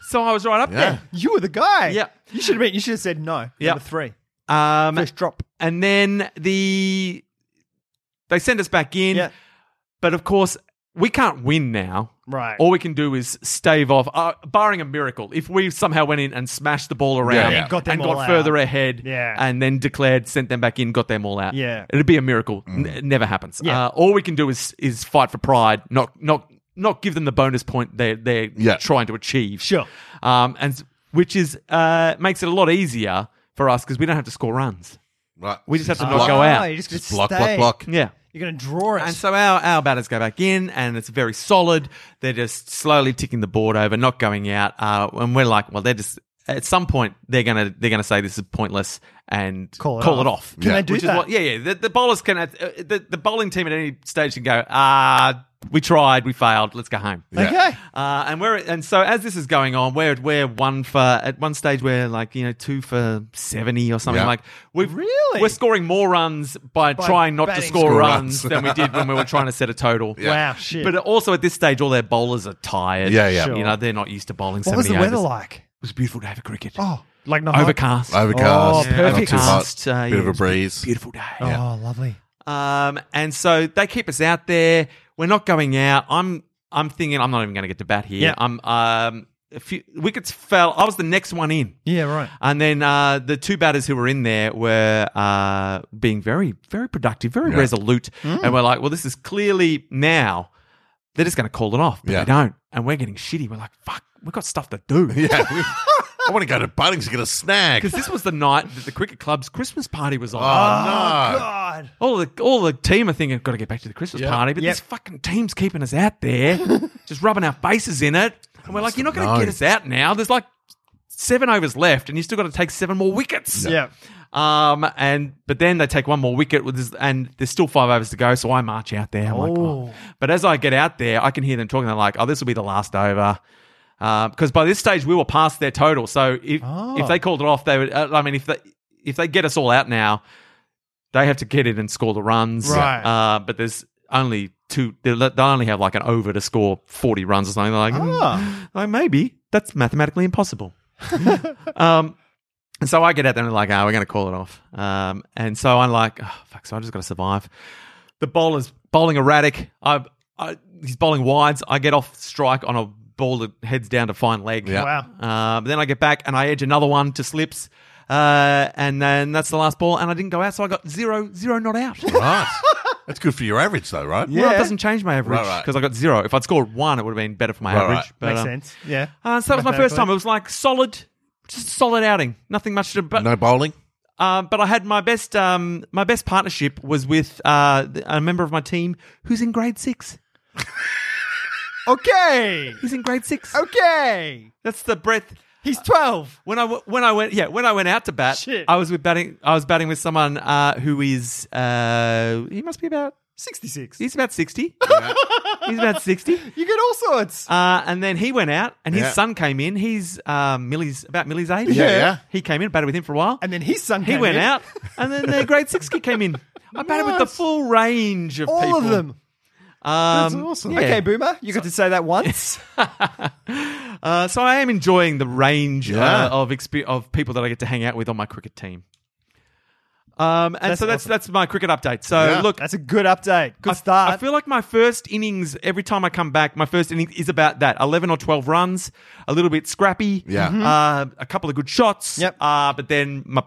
Speaker 4: so I was right up
Speaker 1: Yeah.
Speaker 3: You were the guy.
Speaker 4: Yeah.
Speaker 3: You should have been. You should have said no.
Speaker 4: Yeah.
Speaker 3: Number three.
Speaker 4: there. Um,
Speaker 3: First drop.
Speaker 4: and then the they send us back in.
Speaker 3: Yeah.
Speaker 4: But of course, we can't win now.
Speaker 3: Right.
Speaker 4: All we can do is stave off, uh, barring a miracle. If we somehow went in and smashed the ball around
Speaker 1: yeah.
Speaker 4: and
Speaker 1: And
Speaker 3: got
Speaker 4: got,
Speaker 3: them all out.
Speaker 4: further ahead,
Speaker 3: Yeah.
Speaker 4: and then declared, sent them back in, got them all out,
Speaker 3: Yeah. Mm.
Speaker 4: it'd be a miracle. N- it never happens.
Speaker 3: Yeah.
Speaker 4: Uh, all we can do is is fight for pride, not not not give them the bonus point they're they're
Speaker 1: Yeah.
Speaker 4: trying to achieve.
Speaker 3: Sure.
Speaker 4: um, and s- which is uh, makes it a lot easier for us because we don't have to score runs.
Speaker 1: Right.
Speaker 4: We just have to
Speaker 1: Ah.
Speaker 4: not
Speaker 1: block,
Speaker 4: go out.
Speaker 3: You're just gonna
Speaker 1: Just block,
Speaker 3: stay.
Speaker 1: block, block.
Speaker 4: Yeah.
Speaker 3: You're going to draw it.
Speaker 4: And so our, our batters go back in, and it's very solid. They're just slowly ticking the board over, not going out. Uh, and we're like, well, they're just at some point they're gonna they're gonna say this is pointless and
Speaker 3: Call it off. Can
Speaker 1: Yeah.
Speaker 3: they do
Speaker 4: Which is
Speaker 3: that?
Speaker 4: what, yeah, yeah. The, the bowlers can, uh, the, the bowling team at any stage can go, ah, we tried, we failed, let's go home.
Speaker 3: Okay.
Speaker 4: Uh, and we're and so as this is going on, we're we're one for at one stage we're like you know two for seventy or something
Speaker 1: Yeah.
Speaker 4: like we've
Speaker 3: Really?
Speaker 4: we're scoring more runs by, trying not to
Speaker 3: batting.
Speaker 4: score
Speaker 1: Score runs.
Speaker 4: runs than we did when we were trying to set a total.
Speaker 3: Wow, shit.
Speaker 4: But uh, also at this stage, all their bowlers are tired.
Speaker 1: Yeah, yeah.
Speaker 4: You know they're not used to bowling.
Speaker 3: what was the
Speaker 4: 70
Speaker 3: weather
Speaker 4: overs.
Speaker 3: like?
Speaker 4: It was beautiful to have a cricket.
Speaker 3: Oh, like not
Speaker 4: overcast,
Speaker 1: Overcast.
Speaker 3: Oh, perfect.
Speaker 1: Not too hot.
Speaker 4: Overcast, uh,
Speaker 1: Bit of
Speaker 4: yeah.
Speaker 1: a breeze.
Speaker 4: beautiful day.
Speaker 3: Oh, lovely.
Speaker 4: Um, and so they keep us out there. We're not going out. I'm I'm thinking I'm not even going to get to bat here.
Speaker 3: Yeah.
Speaker 4: I'm um a few wickets fell. I was the next one in.
Speaker 3: Yeah, right.
Speaker 4: And then uh, the two batters who were in there were uh, being very, very productive, very resolute.
Speaker 1: Hmm.
Speaker 4: And we're like, well, this is clearly now they're just going to call it off. But
Speaker 1: Yeah.
Speaker 4: they don't. And we're getting shitty. We're like, fuck, we've got stuff to do.
Speaker 1: Yeah. I want to go to Bunnings and get a snack.
Speaker 4: Because this was the night that the cricket club's Christmas party was on.
Speaker 1: Oh, no.
Speaker 3: God.
Speaker 4: All the all the team are thinking, got to get back to the Christmas
Speaker 1: Yeah.
Speaker 4: party, but
Speaker 3: Yep.
Speaker 4: this fucking team's keeping us out there, just rubbing our faces in it, and we're like, you're not going to
Speaker 1: known.
Speaker 4: get us out now. There's like seven overs left, and you still got to take seven more wickets.
Speaker 3: Yeah.
Speaker 4: Um, and but then they take one more wicket, with this, and there's still five overs to go. So I march out there. I'm like,
Speaker 3: Oh.
Speaker 4: oh. but as I get out there, I can hear them talking. They're like, oh, this will be the last over. Because by this stage we were past their total, so if
Speaker 3: Oh.
Speaker 4: if they called it off, they would. Uh, I mean, if they if they get us all out now, they have to get in and score the runs.
Speaker 3: Right.
Speaker 4: Uh, but there's only two. They they only have like an over to score forty runs or something. They're like,
Speaker 3: Ah.
Speaker 4: "Mm, like maybe that's mathematically impossible. um, and so I get out there and like, ah, we're going to call it off. Um, and so I'm like, oh, fuck. So I just got to survive. The bowler's bowling erratic. I, I, he's bowling wides. I get off strike on a ball that heads down to fine leg.
Speaker 1: Yeah.
Speaker 3: Wow.
Speaker 4: Um, then I get back and I edge another one to slips. Uh, and then that's the last ball, and I didn't go out, so I got zero, zero not out.
Speaker 1: Right. That's good for your average, though, right?
Speaker 4: Well, it doesn't change my average
Speaker 1: Right, right.
Speaker 4: because I got zero. If I'd scored one, it would have been better for my
Speaker 1: Right,
Speaker 4: average.
Speaker 1: right.
Speaker 4: But,
Speaker 3: Makes
Speaker 4: um,
Speaker 3: sense. Yeah.
Speaker 4: Uh, so that was my first
Speaker 3: Mathematically.
Speaker 4: time. It was like solid, just a solid outing. Nothing much to. But
Speaker 1: No bowling?
Speaker 4: um, but I had my best um, my best partnership was with uh, th- a member of my team who's in grade six.
Speaker 3: Okay.
Speaker 4: He's in grade six.
Speaker 3: Oh. Okay.
Speaker 4: That's the breadth.
Speaker 3: He's 12.
Speaker 4: When I w- when I went yeah when I went out to bat,
Speaker 3: Shit.
Speaker 4: I was with batting I was batting with someone uh, who is uh, he must be about
Speaker 3: 66.
Speaker 4: he's about sixty. he's about sixty.
Speaker 3: You get all sorts.
Speaker 4: Uh, and then he went out, and his
Speaker 1: Yeah.
Speaker 4: son came in. He's um, Millie's about Millie's age.
Speaker 1: Yeah, yeah.
Speaker 4: He came in, batted with him for a while.
Speaker 3: and then his son
Speaker 4: he
Speaker 3: came
Speaker 4: went
Speaker 3: in.
Speaker 4: out, and then their grade six kid came in. I batted with the
Speaker 3: Nice.
Speaker 4: full range of
Speaker 3: All
Speaker 4: people.
Speaker 3: of them.
Speaker 4: Um,
Speaker 1: awesome.
Speaker 4: yeah.
Speaker 3: Okay, Boomer, you got to say that once.
Speaker 4: Uh, so I am enjoying the range
Speaker 1: Yeah.
Speaker 4: uh, of expe- of people that I get to hang out with on my cricket team. Um, and
Speaker 3: That's
Speaker 4: so that's
Speaker 3: awesome.
Speaker 4: that's my cricket update. So
Speaker 1: Yeah.
Speaker 4: look,
Speaker 3: That's a good update. Good
Speaker 4: I-
Speaker 3: start.
Speaker 4: I feel like my first innings, every time I come back, my first innings is about that 11 or 12 runs, a little bit scrappy,
Speaker 1: Yeah. Mhm.
Speaker 4: uh, a couple of good shots.
Speaker 3: Mm-hmm. Yep.
Speaker 4: Uh, but then my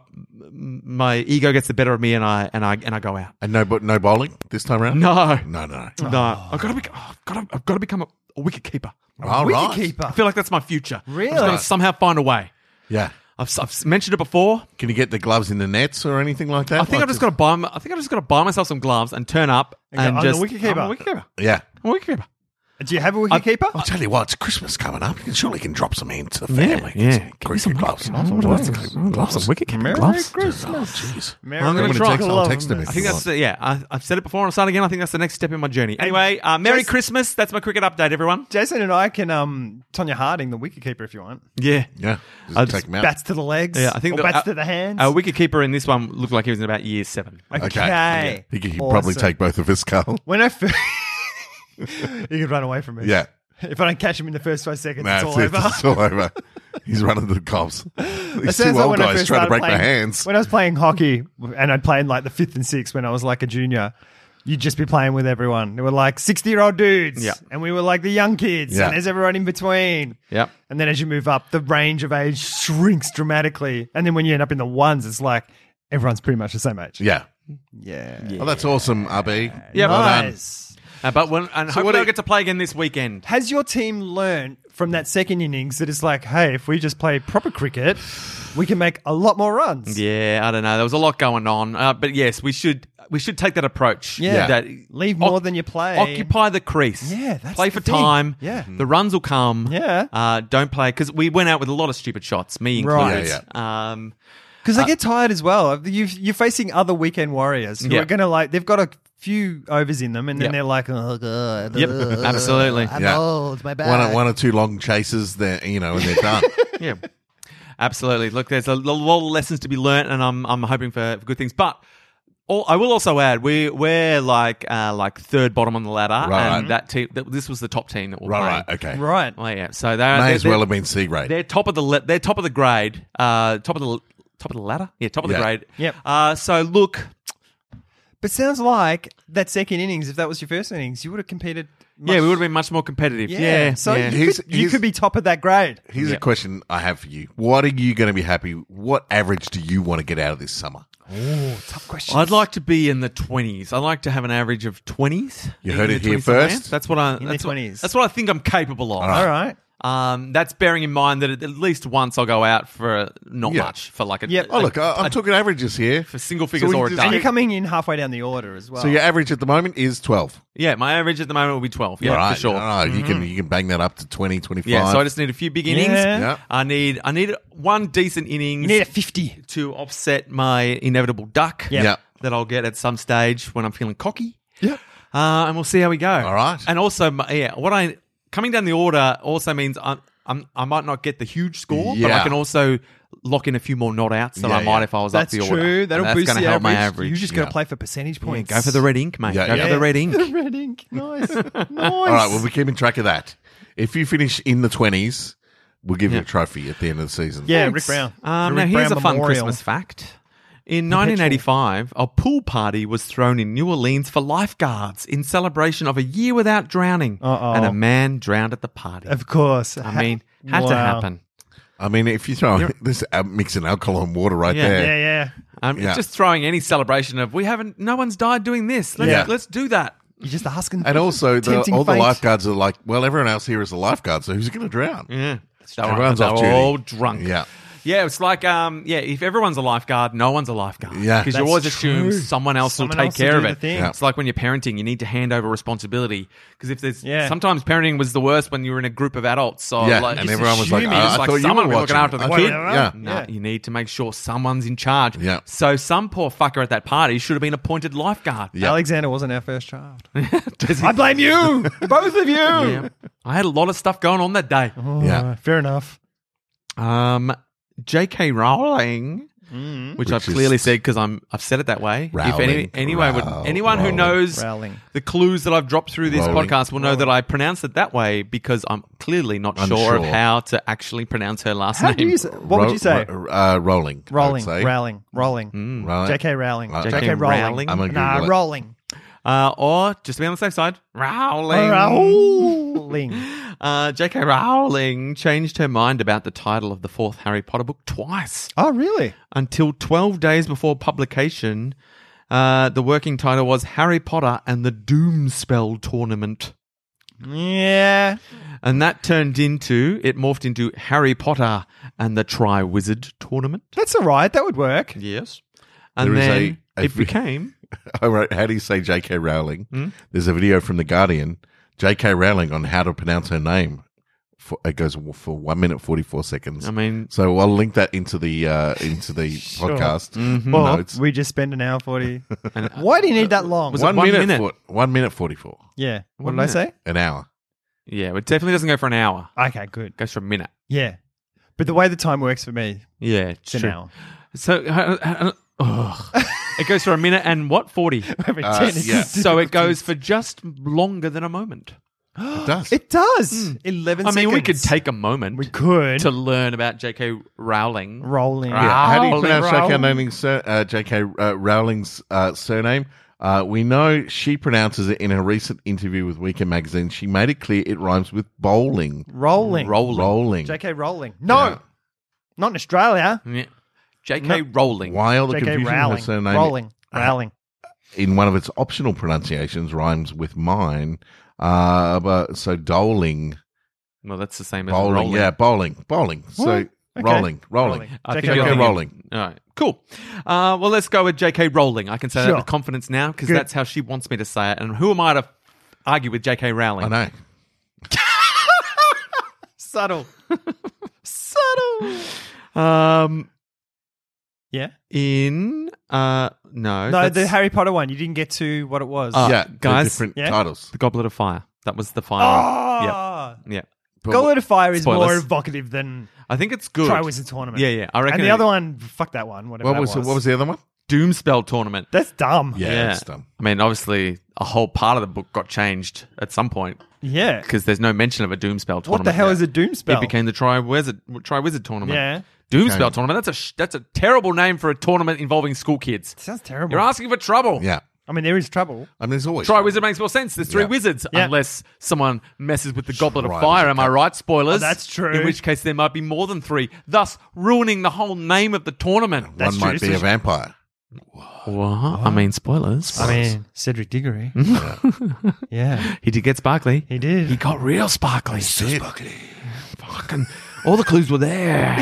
Speaker 4: my ego gets the better of me and I and I and I go out.
Speaker 1: And no, but no bowling this time around?
Speaker 4: No.
Speaker 1: No, no.
Speaker 4: No. I've got to be oh, I've gotta, I've got to become a, a wicket keeper.
Speaker 1: All
Speaker 3: Wicket
Speaker 1: right.
Speaker 3: keeper.
Speaker 4: I feel like that's my future.
Speaker 3: Really?
Speaker 4: I'm going to somehow find a way.
Speaker 1: Yeah.
Speaker 4: I've, s- I've s- mentioned it before.
Speaker 1: Can you get the gloves in the nets or anything like that?
Speaker 4: I think
Speaker 1: Like
Speaker 4: I've just got to buy. my- I think I've just got to buy myself some gloves and turn up
Speaker 3: And go,
Speaker 4: and,
Speaker 3: "I'm the
Speaker 4: just
Speaker 3: wicket keeper."
Speaker 4: I'm a wicket keeper.
Speaker 1: Yeah.
Speaker 4: I'm a wicket keeper.
Speaker 3: Do you have a wicketkeeper?
Speaker 1: I'll tell you what, it's Christmas coming up. You can surely can drop some hints to the family.
Speaker 4: yeah.
Speaker 1: Just
Speaker 4: Give me
Speaker 1: Cricket
Speaker 4: some
Speaker 1: gloves.
Speaker 4: gloves.
Speaker 1: Gloves. Oh,
Speaker 4: wicket keeper
Speaker 3: Merry
Speaker 4: gloves.
Speaker 3: Christmas.
Speaker 1: Jeez.
Speaker 3: Merry
Speaker 4: I'm gonna
Speaker 1: I'm going to
Speaker 4: try.
Speaker 1: text, I'll
Speaker 3: Love
Speaker 1: text them. if
Speaker 3: this.
Speaker 4: I think
Speaker 1: you
Speaker 4: that's uh, yeah. I, I've said it before, and I'll start again. I think that's the next step in my journey. Anyway, uh, Merry
Speaker 3: Jason-
Speaker 4: Christmas. That's my cricket update, everyone.
Speaker 3: Jason and I can um Tonya Harding, the wicketkeeper, if you want.
Speaker 4: Yeah,
Speaker 1: want. Yeah.
Speaker 4: I'll
Speaker 1: Just take
Speaker 4: just
Speaker 1: them out.
Speaker 3: Bats to the legs.
Speaker 4: yeah. I think
Speaker 3: or
Speaker 4: that
Speaker 3: bats
Speaker 4: our-
Speaker 3: to the hands.
Speaker 4: Our wicket keeper in this one looked like he was in about year seven.
Speaker 3: okay.
Speaker 1: Okay. Yeah. He could he'd probably
Speaker 3: Awesome.
Speaker 1: take both of us, Carl.
Speaker 3: When I first, you could run away from me.
Speaker 1: Yeah.
Speaker 3: If I don't catch him in the first five seconds,
Speaker 1: Nah,
Speaker 3: it's all over.
Speaker 1: It's all over. He's running to the cops.
Speaker 3: That
Speaker 1: These
Speaker 3: sounds
Speaker 1: two
Speaker 3: like
Speaker 1: old
Speaker 3: when I
Speaker 1: guys
Speaker 3: first
Speaker 1: trying to
Speaker 3: started
Speaker 1: break my
Speaker 3: playing-
Speaker 1: hands.
Speaker 3: When I was playing hockey and I'd play in like the fifth and sixth when I was like a junior, You'd just be playing with everyone. There were like 60 year old dudes.
Speaker 4: Yeah.
Speaker 3: And we were like the young kids.
Speaker 1: Yeah.
Speaker 3: And there's everyone in between.
Speaker 4: Yep.
Speaker 3: And then as you move up, the range of age shrinks dramatically. And then when you end up in the ones, it's like everyone's pretty much the same age.
Speaker 1: Yeah.
Speaker 3: Yeah.
Speaker 1: Oh, that's awesome, Abby.
Speaker 4: Yeah, well done.
Speaker 3: Nice.
Speaker 4: Uh, but when, and
Speaker 1: what
Speaker 4: hopefully
Speaker 1: do
Speaker 4: I
Speaker 1: you-
Speaker 4: get to play again this weekend.
Speaker 3: Has your team learned from that second innings that it's like, hey, if we just play proper cricket, we can make a lot more runs?
Speaker 4: Yeah, I don't know. There was a lot going on, uh, but yes, we should we should take that approach.
Speaker 3: Yeah.
Speaker 4: that
Speaker 3: Leave
Speaker 4: oc-
Speaker 3: more than you play.
Speaker 4: Occupy the crease.
Speaker 3: Yeah, that's
Speaker 4: play
Speaker 3: the
Speaker 4: for
Speaker 3: thing.
Speaker 4: time.
Speaker 3: Yeah.
Speaker 4: the Mm-hmm. runs will come.
Speaker 3: Yeah.
Speaker 4: uh, don't play because we went out with a lot of stupid shots, me
Speaker 3: Right.
Speaker 4: included.
Speaker 1: Yeah,
Speaker 4: Um,
Speaker 3: Because they get tired as well. you you're facing other weekend warriors who
Speaker 4: Yeah.
Speaker 3: are going to like, they've got a few overs in them and then
Speaker 4: Yep.
Speaker 3: they're like, oh, God.
Speaker 4: Yep,
Speaker 3: uh,
Speaker 4: absolutely.
Speaker 3: I'm
Speaker 1: Yeah.
Speaker 3: old. My bad.
Speaker 1: One, or- one or two long chases, there, you know, and they're done.
Speaker 4: yeah, absolutely. Look, there's a lot of lessons to be learnt, and I'm I'm hoping for, for good things. But all, I will also add we we're like uh, like third bottom on the ladder,
Speaker 1: Right.
Speaker 4: and that team th- this was the top team that we're
Speaker 1: right, right, okay.
Speaker 3: Right.
Speaker 4: Oh, yeah, so they
Speaker 1: May as well have been C grade.
Speaker 4: They're top of the le- they're top of the grade, uh, top of the top of the ladder. Yeah, top of
Speaker 1: Yeah.
Speaker 4: the grade.
Speaker 3: Yep.
Speaker 4: Uh, so look,
Speaker 3: But sounds like that second innings, if that was your first innings, you would have competed. Much,
Speaker 4: yeah, we would have been much more competitive. Yeah.
Speaker 3: so
Speaker 4: yeah.
Speaker 3: You,
Speaker 1: He's-
Speaker 3: could, you
Speaker 1: he's-
Speaker 3: could be top of that grade.
Speaker 1: Here's
Speaker 4: Yeah.
Speaker 1: a question I have for you. What are you going to be happy? What average do you want to get out of this summer?
Speaker 3: Tough question.
Speaker 4: I'd like to be in the twenties. I'd like to have an average of twenties.
Speaker 1: You heard it here first.
Speaker 4: That's what I.
Speaker 3: the
Speaker 4: that's what-
Speaker 3: 20s.
Speaker 4: That's what Ah. I think I'm capable of.
Speaker 3: All right.
Speaker 4: Um, that's bearing in mind that at at least once I'll go out for uh, not
Speaker 1: Yeah.
Speaker 4: much for like a.
Speaker 3: Yep.
Speaker 4: a-
Speaker 1: Oh, look, I, I'm talking averages here.
Speaker 4: for single figures
Speaker 1: we
Speaker 4: or a
Speaker 1: just-
Speaker 4: double.
Speaker 3: And you're coming in halfway down the order as well.
Speaker 1: So your average at the moment is 12.
Speaker 4: yeah, my average at the moment will be twelve. Yeah,
Speaker 1: All right.
Speaker 4: for sure. Mm-hmm.
Speaker 1: All right. You, can, you can bang that up to 20, 25.
Speaker 4: Yeah, so I just need a few big innings.
Speaker 3: Yeah.
Speaker 1: Yeah.
Speaker 4: I need I need one decent innings.
Speaker 3: you need a 50.
Speaker 4: to offset my inevitable duck
Speaker 3: Yeah.
Speaker 1: Yeah.
Speaker 4: that I'll get at some stage when I'm feeling cocky.
Speaker 3: Yeah.
Speaker 4: Uh, and we'll see how we go. All
Speaker 1: right.
Speaker 4: And also, my- yeah, what I coming down the order also means I'm, I'm I might not get the huge score, but
Speaker 1: Yeah.
Speaker 4: I can also lock in a few more not outs than
Speaker 1: Yeah,
Speaker 4: I might
Speaker 1: yeah.
Speaker 4: if I was
Speaker 3: That's
Speaker 4: up the order.
Speaker 3: true.
Speaker 4: And
Speaker 3: That'll
Speaker 4: that's
Speaker 3: boost
Speaker 4: gonna
Speaker 3: the
Speaker 4: help
Speaker 3: average.
Speaker 4: my average.
Speaker 3: You're just going to
Speaker 1: Yeah.
Speaker 3: play for percentage points.
Speaker 4: Go for the red ink, mate.
Speaker 1: Yeah,
Speaker 4: go
Speaker 1: yeah.
Speaker 4: for the red ink.
Speaker 3: Eh, The red ink. Nice. nice.
Speaker 1: All right. Well, we're keeping track of that. If you finish in the 20s, we'll give you a trophy at the end of the season.
Speaker 3: yeah, Rick Brown.
Speaker 4: Um,
Speaker 3: The
Speaker 4: now,
Speaker 3: Rick
Speaker 4: here's
Speaker 3: Brown
Speaker 4: a fun
Speaker 3: Memorial.
Speaker 4: Christmas fact. In 1985, a pool party was thrown in New Orleans for lifeguards in celebration of a year without drowning,
Speaker 3: Uh-oh.
Speaker 4: and a man drowned at the party.
Speaker 3: Of course.
Speaker 4: I mean, had to
Speaker 3: Wow.
Speaker 4: happen.
Speaker 1: I mean, if you throw this uh, mixing alcohol and water right
Speaker 4: Yeah.
Speaker 1: there.
Speaker 3: Yeah, yeah.
Speaker 4: Um,
Speaker 1: Yeah.
Speaker 4: It's just throwing any celebration of we haven't, no one's died doing this. Let's
Speaker 1: Yeah.
Speaker 4: let's do that.
Speaker 3: You're just asking.
Speaker 1: And also, the,
Speaker 3: Tempting
Speaker 1: all the
Speaker 3: fate.
Speaker 1: lifeguards are like, well, everyone else here is a lifeguard, so who's going to drown?
Speaker 4: Yeah,
Speaker 1: Everyone's
Speaker 4: they
Speaker 1: off
Speaker 4: were
Speaker 1: duty.
Speaker 4: all drunk.
Speaker 1: Yeah.
Speaker 4: yeah. It's like um, yeah. If everyone's a lifeguard, no one's a lifeguard.
Speaker 1: Yeah.
Speaker 4: because you
Speaker 3: That's
Speaker 4: always
Speaker 3: true.
Speaker 4: assume someone else
Speaker 3: Someone
Speaker 4: will take
Speaker 3: else will
Speaker 4: care
Speaker 3: do
Speaker 4: of
Speaker 3: the
Speaker 4: it.
Speaker 3: thing. Yeah.
Speaker 4: It's like when you're parenting, you need to hand over responsibility. Because if there's
Speaker 3: Yeah.
Speaker 4: sometimes parenting was the worst when you were in a group of adults. So
Speaker 1: Yeah,
Speaker 4: Oh, like,
Speaker 1: and
Speaker 4: just
Speaker 1: everyone was like,
Speaker 4: assuming.
Speaker 1: "Oh,
Speaker 4: It's
Speaker 1: I
Speaker 4: like,
Speaker 1: thought you
Speaker 4: someone
Speaker 1: were
Speaker 4: was looking
Speaker 1: watching.
Speaker 4: after the
Speaker 1: I thought-
Speaker 4: kid.
Speaker 1: yeah.
Speaker 4: No,
Speaker 3: Yeah.
Speaker 4: you need to make sure someone's in charge.
Speaker 1: Yeah.
Speaker 4: So some poor fucker at that party should have been appointed lifeguard.
Speaker 1: Yeah.
Speaker 3: Alexander wasn't our first child.
Speaker 4: Does he-
Speaker 3: I blame you, both of you.
Speaker 4: Yeah. I had a lot of stuff going on that day.
Speaker 3: Oh,
Speaker 1: Yeah.
Speaker 3: fair enough.
Speaker 4: Um, J.K. Rowling,
Speaker 3: Mm.
Speaker 4: which, I've
Speaker 1: is-
Speaker 4: clearly said because I'm I've said it that way. if any,
Speaker 1: Rowling,
Speaker 4: anyone would,
Speaker 1: Row-
Speaker 4: anyone
Speaker 1: Rowling,
Speaker 4: who knows
Speaker 3: Rowling.
Speaker 4: the clues that I've dropped through this
Speaker 1: Rowling.
Speaker 4: podcast will know that I pronounce it that way because I'm clearly not sure, of
Speaker 1: Unsure.
Speaker 4: how to actually pronounce her last
Speaker 3: How
Speaker 4: name.
Speaker 3: do you say, what would
Speaker 1: Ro-
Speaker 3: you say?
Speaker 1: ro- uh, rolling.
Speaker 3: Rolling,
Speaker 1: I would say.
Speaker 3: Rowling, Rowling.
Speaker 4: Mm,
Speaker 1: Rolling.
Speaker 3: J.K. Rowling.
Speaker 1: Right. Uh,
Speaker 4: J.K.
Speaker 3: J.K. Rowling.
Speaker 4: Rowling.
Speaker 1: I'm gonna
Speaker 3: Nah,
Speaker 1: Google it.
Speaker 3: rolling.
Speaker 4: uh, or just to be on the safe side, Rowling.
Speaker 3: Rowling.
Speaker 4: Uh, J.K. Rowling changed her mind about the title of the fourth Harry Potter book twice.
Speaker 3: Oh, really?
Speaker 4: until 12 days before publication. Uh, the working title was Harry Potter and the Doomspell Tournament.
Speaker 3: Yeah.
Speaker 4: And that turned into, it morphed into Harry Potter and the Tri Wizard Tournament.
Speaker 3: That's all right. That would work.
Speaker 4: Yes. And
Speaker 1: There is
Speaker 4: then
Speaker 1: a- a
Speaker 4: it
Speaker 1: vi-
Speaker 4: became.
Speaker 1: I wrote, how do you say J.K. Rowling?
Speaker 3: Hmm?
Speaker 1: There's a video from The Guardian, J.K. Rowling on how to pronounce her name. For, it goes for one minute forty four seconds.
Speaker 4: I mean-
Speaker 1: so I'll link that into the uh, into the podcast
Speaker 3: Well,
Speaker 1: notes.
Speaker 3: we just spend an hour 40. Why do you need that long?
Speaker 4: Was it
Speaker 1: One,
Speaker 4: one
Speaker 1: minute,
Speaker 4: minute?
Speaker 1: fort- one minute forty four,
Speaker 3: Yeah. What
Speaker 4: One
Speaker 3: did I say?
Speaker 1: an hour.
Speaker 4: Yeah, it definitely doesn't go for an hour.
Speaker 3: Okay, good.
Speaker 4: It goes for a minute.
Speaker 3: Yeah. But the way the time works for me,
Speaker 4: Yeah,
Speaker 3: it's
Speaker 4: it's
Speaker 3: an
Speaker 4: true.
Speaker 3: hour.
Speaker 4: So, uh, uh, uh, ugh. it goes for a minute and what, 40?
Speaker 3: Every
Speaker 1: Uh,
Speaker 3: 10 is
Speaker 1: yeah.
Speaker 4: so it goes for just longer than a moment.
Speaker 1: It does.
Speaker 3: It does. 11
Speaker 4: Hmm. I mean, we could
Speaker 3: seconds.
Speaker 4: take a moment.
Speaker 3: We could.
Speaker 4: to learn about J.K. Rowling.
Speaker 3: rolling.
Speaker 1: Yeah. How do you
Speaker 4: Rowling,
Speaker 1: pronounce J.K.
Speaker 4: Rowling.
Speaker 1: Rowling's, sur- uh, J.K. Uh, Rowling's uh, surname? Uh, we know she pronounces it in a recent interview with Weekend Magazine. She made it clear it rhymes with bowling.
Speaker 3: Rolling.
Speaker 4: Rolling.
Speaker 1: Rolling.
Speaker 3: J.K. Rowling. No,
Speaker 1: Yeah.
Speaker 3: not in Australia.
Speaker 4: Yeah. J.K. Rowling.
Speaker 1: While the
Speaker 3: J.K.
Speaker 1: confusion in her
Speaker 3: Rowling.
Speaker 1: surname
Speaker 3: Rowling.
Speaker 4: Ah.
Speaker 3: Rowling.
Speaker 1: in one of its optional pronunciations rhymes with mine. Uh, but so doling,
Speaker 4: Well, that's the same as
Speaker 1: bowling,
Speaker 4: rolling.
Speaker 1: yeah, bowling, bowling. So
Speaker 3: Okay.
Speaker 1: rolling, rolling.
Speaker 3: Rowling.
Speaker 4: I
Speaker 3: J.K.
Speaker 4: think you're
Speaker 1: Rowling.
Speaker 4: thinking- All right, cool. Uh, well, let's go with J.K. Rowling. I can say that
Speaker 3: Sure.
Speaker 4: with confidence now because
Speaker 3: Good.
Speaker 4: that's how she wants me to say it. And who am I to argue with J.K. Rowling?
Speaker 1: I know.
Speaker 3: Subtle. Subtle.
Speaker 4: Um,
Speaker 3: Yeah.
Speaker 4: in uh, no,
Speaker 3: No,
Speaker 4: that's
Speaker 3: the Harry Potter one. You didn't get to what it was.
Speaker 4: Uh,
Speaker 1: yeah, they're
Speaker 4: guys.
Speaker 1: different
Speaker 3: Yeah.
Speaker 1: titles.
Speaker 4: the Goblet of Fire. That was the final. Yeah,
Speaker 3: oh.
Speaker 4: yeah.
Speaker 1: But
Speaker 3: Goblet of Fire is
Speaker 4: Spoilers.
Speaker 3: more evocative than
Speaker 4: I think it's good.
Speaker 3: Triwizard Tournament.
Speaker 4: Yeah, yeah. I reckon.
Speaker 3: And the
Speaker 4: it-
Speaker 3: other one, fuck that one. Whatever
Speaker 1: what
Speaker 3: that
Speaker 1: was, what was the other one?
Speaker 4: Doomspell tournament.
Speaker 3: That's dumb.
Speaker 1: Yeah,
Speaker 4: Yeah.
Speaker 1: it's dumb.
Speaker 4: I mean, obviously, a whole part of the book got changed at some point
Speaker 3: Yeah.
Speaker 4: because there's no mention of a Doomspell tournament.
Speaker 3: What the hell is a doom spell?
Speaker 4: It became the Triwizard Triwizard tournament.
Speaker 3: Yeah.
Speaker 4: Doomspell
Speaker 1: Okay.
Speaker 4: tournament. That's a sh- that's a terrible name for a tournament involving school kids.
Speaker 3: Sounds terrible.
Speaker 4: You're asking for trouble.
Speaker 1: Yeah,
Speaker 3: I mean, there is trouble.
Speaker 1: I mean, there's always
Speaker 4: Triwizard makes more sense. There's three
Speaker 1: Yeah.
Speaker 4: wizards,
Speaker 3: Yeah.
Speaker 4: unless someone messes with the Goblet of
Speaker 1: Triwizard
Speaker 4: Fire. Am I
Speaker 1: Cup.
Speaker 4: right? Spoilers.
Speaker 3: Oh, that's true.
Speaker 4: In which case, there might be more than three, thus ruining the whole name of the tournament.
Speaker 1: one
Speaker 3: That's true,
Speaker 1: might
Speaker 3: this
Speaker 1: be a
Speaker 3: is-
Speaker 1: vampire.
Speaker 4: What? I mean, spoilers.
Speaker 3: I mean, Cedric Diggory. yeah.
Speaker 4: he did get sparkly.
Speaker 3: He did.
Speaker 4: He got real sparkly. sparkly. Fucking, all the clues were there.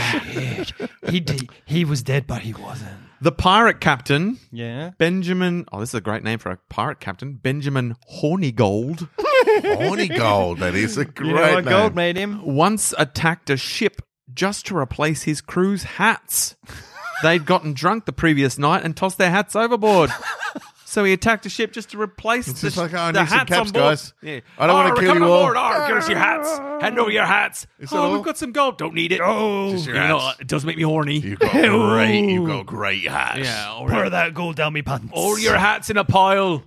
Speaker 3: He did. He was dead, but he wasn't.
Speaker 4: the pirate captain,
Speaker 3: Yeah.
Speaker 4: Benjamin. Oh, this is a great name for a pirate captain, Benjamin Hornigold.
Speaker 1: Horny gold. That is a great
Speaker 3: You know what
Speaker 1: name.
Speaker 3: gold made him?
Speaker 4: once attacked a ship just to replace his crew's hats. They'd gotten drunk the previous night and tossed their hats overboard. So he attacked a ship just to replace
Speaker 1: It's
Speaker 4: the,
Speaker 1: just like, oh, I
Speaker 4: the
Speaker 1: need some
Speaker 4: hats
Speaker 1: caps,
Speaker 4: on board.
Speaker 1: guys. I don't
Speaker 4: "Oh,
Speaker 1: wanna
Speaker 4: we're
Speaker 1: kill
Speaker 4: coming
Speaker 1: you
Speaker 4: on
Speaker 1: all."
Speaker 4: board. Oh, give us your hats. Hand over your hats.
Speaker 1: that
Speaker 4: Oh,
Speaker 1: all?
Speaker 4: we've got some gold. Don't need it. Oh,
Speaker 1: Just your hats.
Speaker 4: it doesn't make me horny.
Speaker 1: You've got great. You've got great hats.
Speaker 4: yeah, all
Speaker 3: Pour
Speaker 4: your,
Speaker 3: that gold down me pants.
Speaker 4: all your hats in a pile.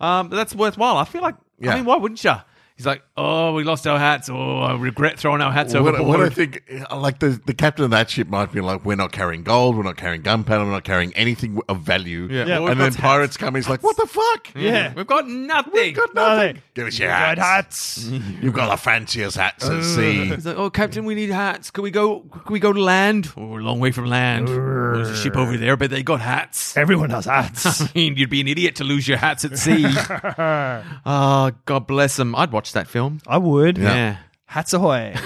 Speaker 4: um, that's worthwhile. I feel like.
Speaker 1: Yeah.
Speaker 4: I mean, why wouldn't you? He's like, oh, we lost our hats. Oh, I regret throwing our hats
Speaker 1: what,
Speaker 4: overboard.
Speaker 1: what I think, uh, like the, the captain of that ship might be like, we're not carrying gold, we're not carrying gunpowder, we're not carrying anything of value.
Speaker 4: Yeah. Yeah. Well,
Speaker 1: and
Speaker 4: we've
Speaker 1: then
Speaker 4: got
Speaker 1: pirates come, he's like, what the fuck?
Speaker 3: Yeah.
Speaker 4: We've got nothing.
Speaker 1: Got
Speaker 3: Nothing.
Speaker 1: nothing. Give us your
Speaker 3: Red
Speaker 1: hats.
Speaker 3: hats.
Speaker 1: You've got the fanciest hats at sea.
Speaker 4: He's like, oh, Captain, we need hats. Can we go? Can we go to land? Oh, we're a long way from land. There's a ship over there, but they got hats. I
Speaker 3: Everyone has hats.
Speaker 4: mean, you'd be an idiot to lose your hats at sea. Ah, God bless them. I'd watch that film.
Speaker 3: I would.
Speaker 1: Yeah.
Speaker 4: Yeah.
Speaker 3: Hats ahoy.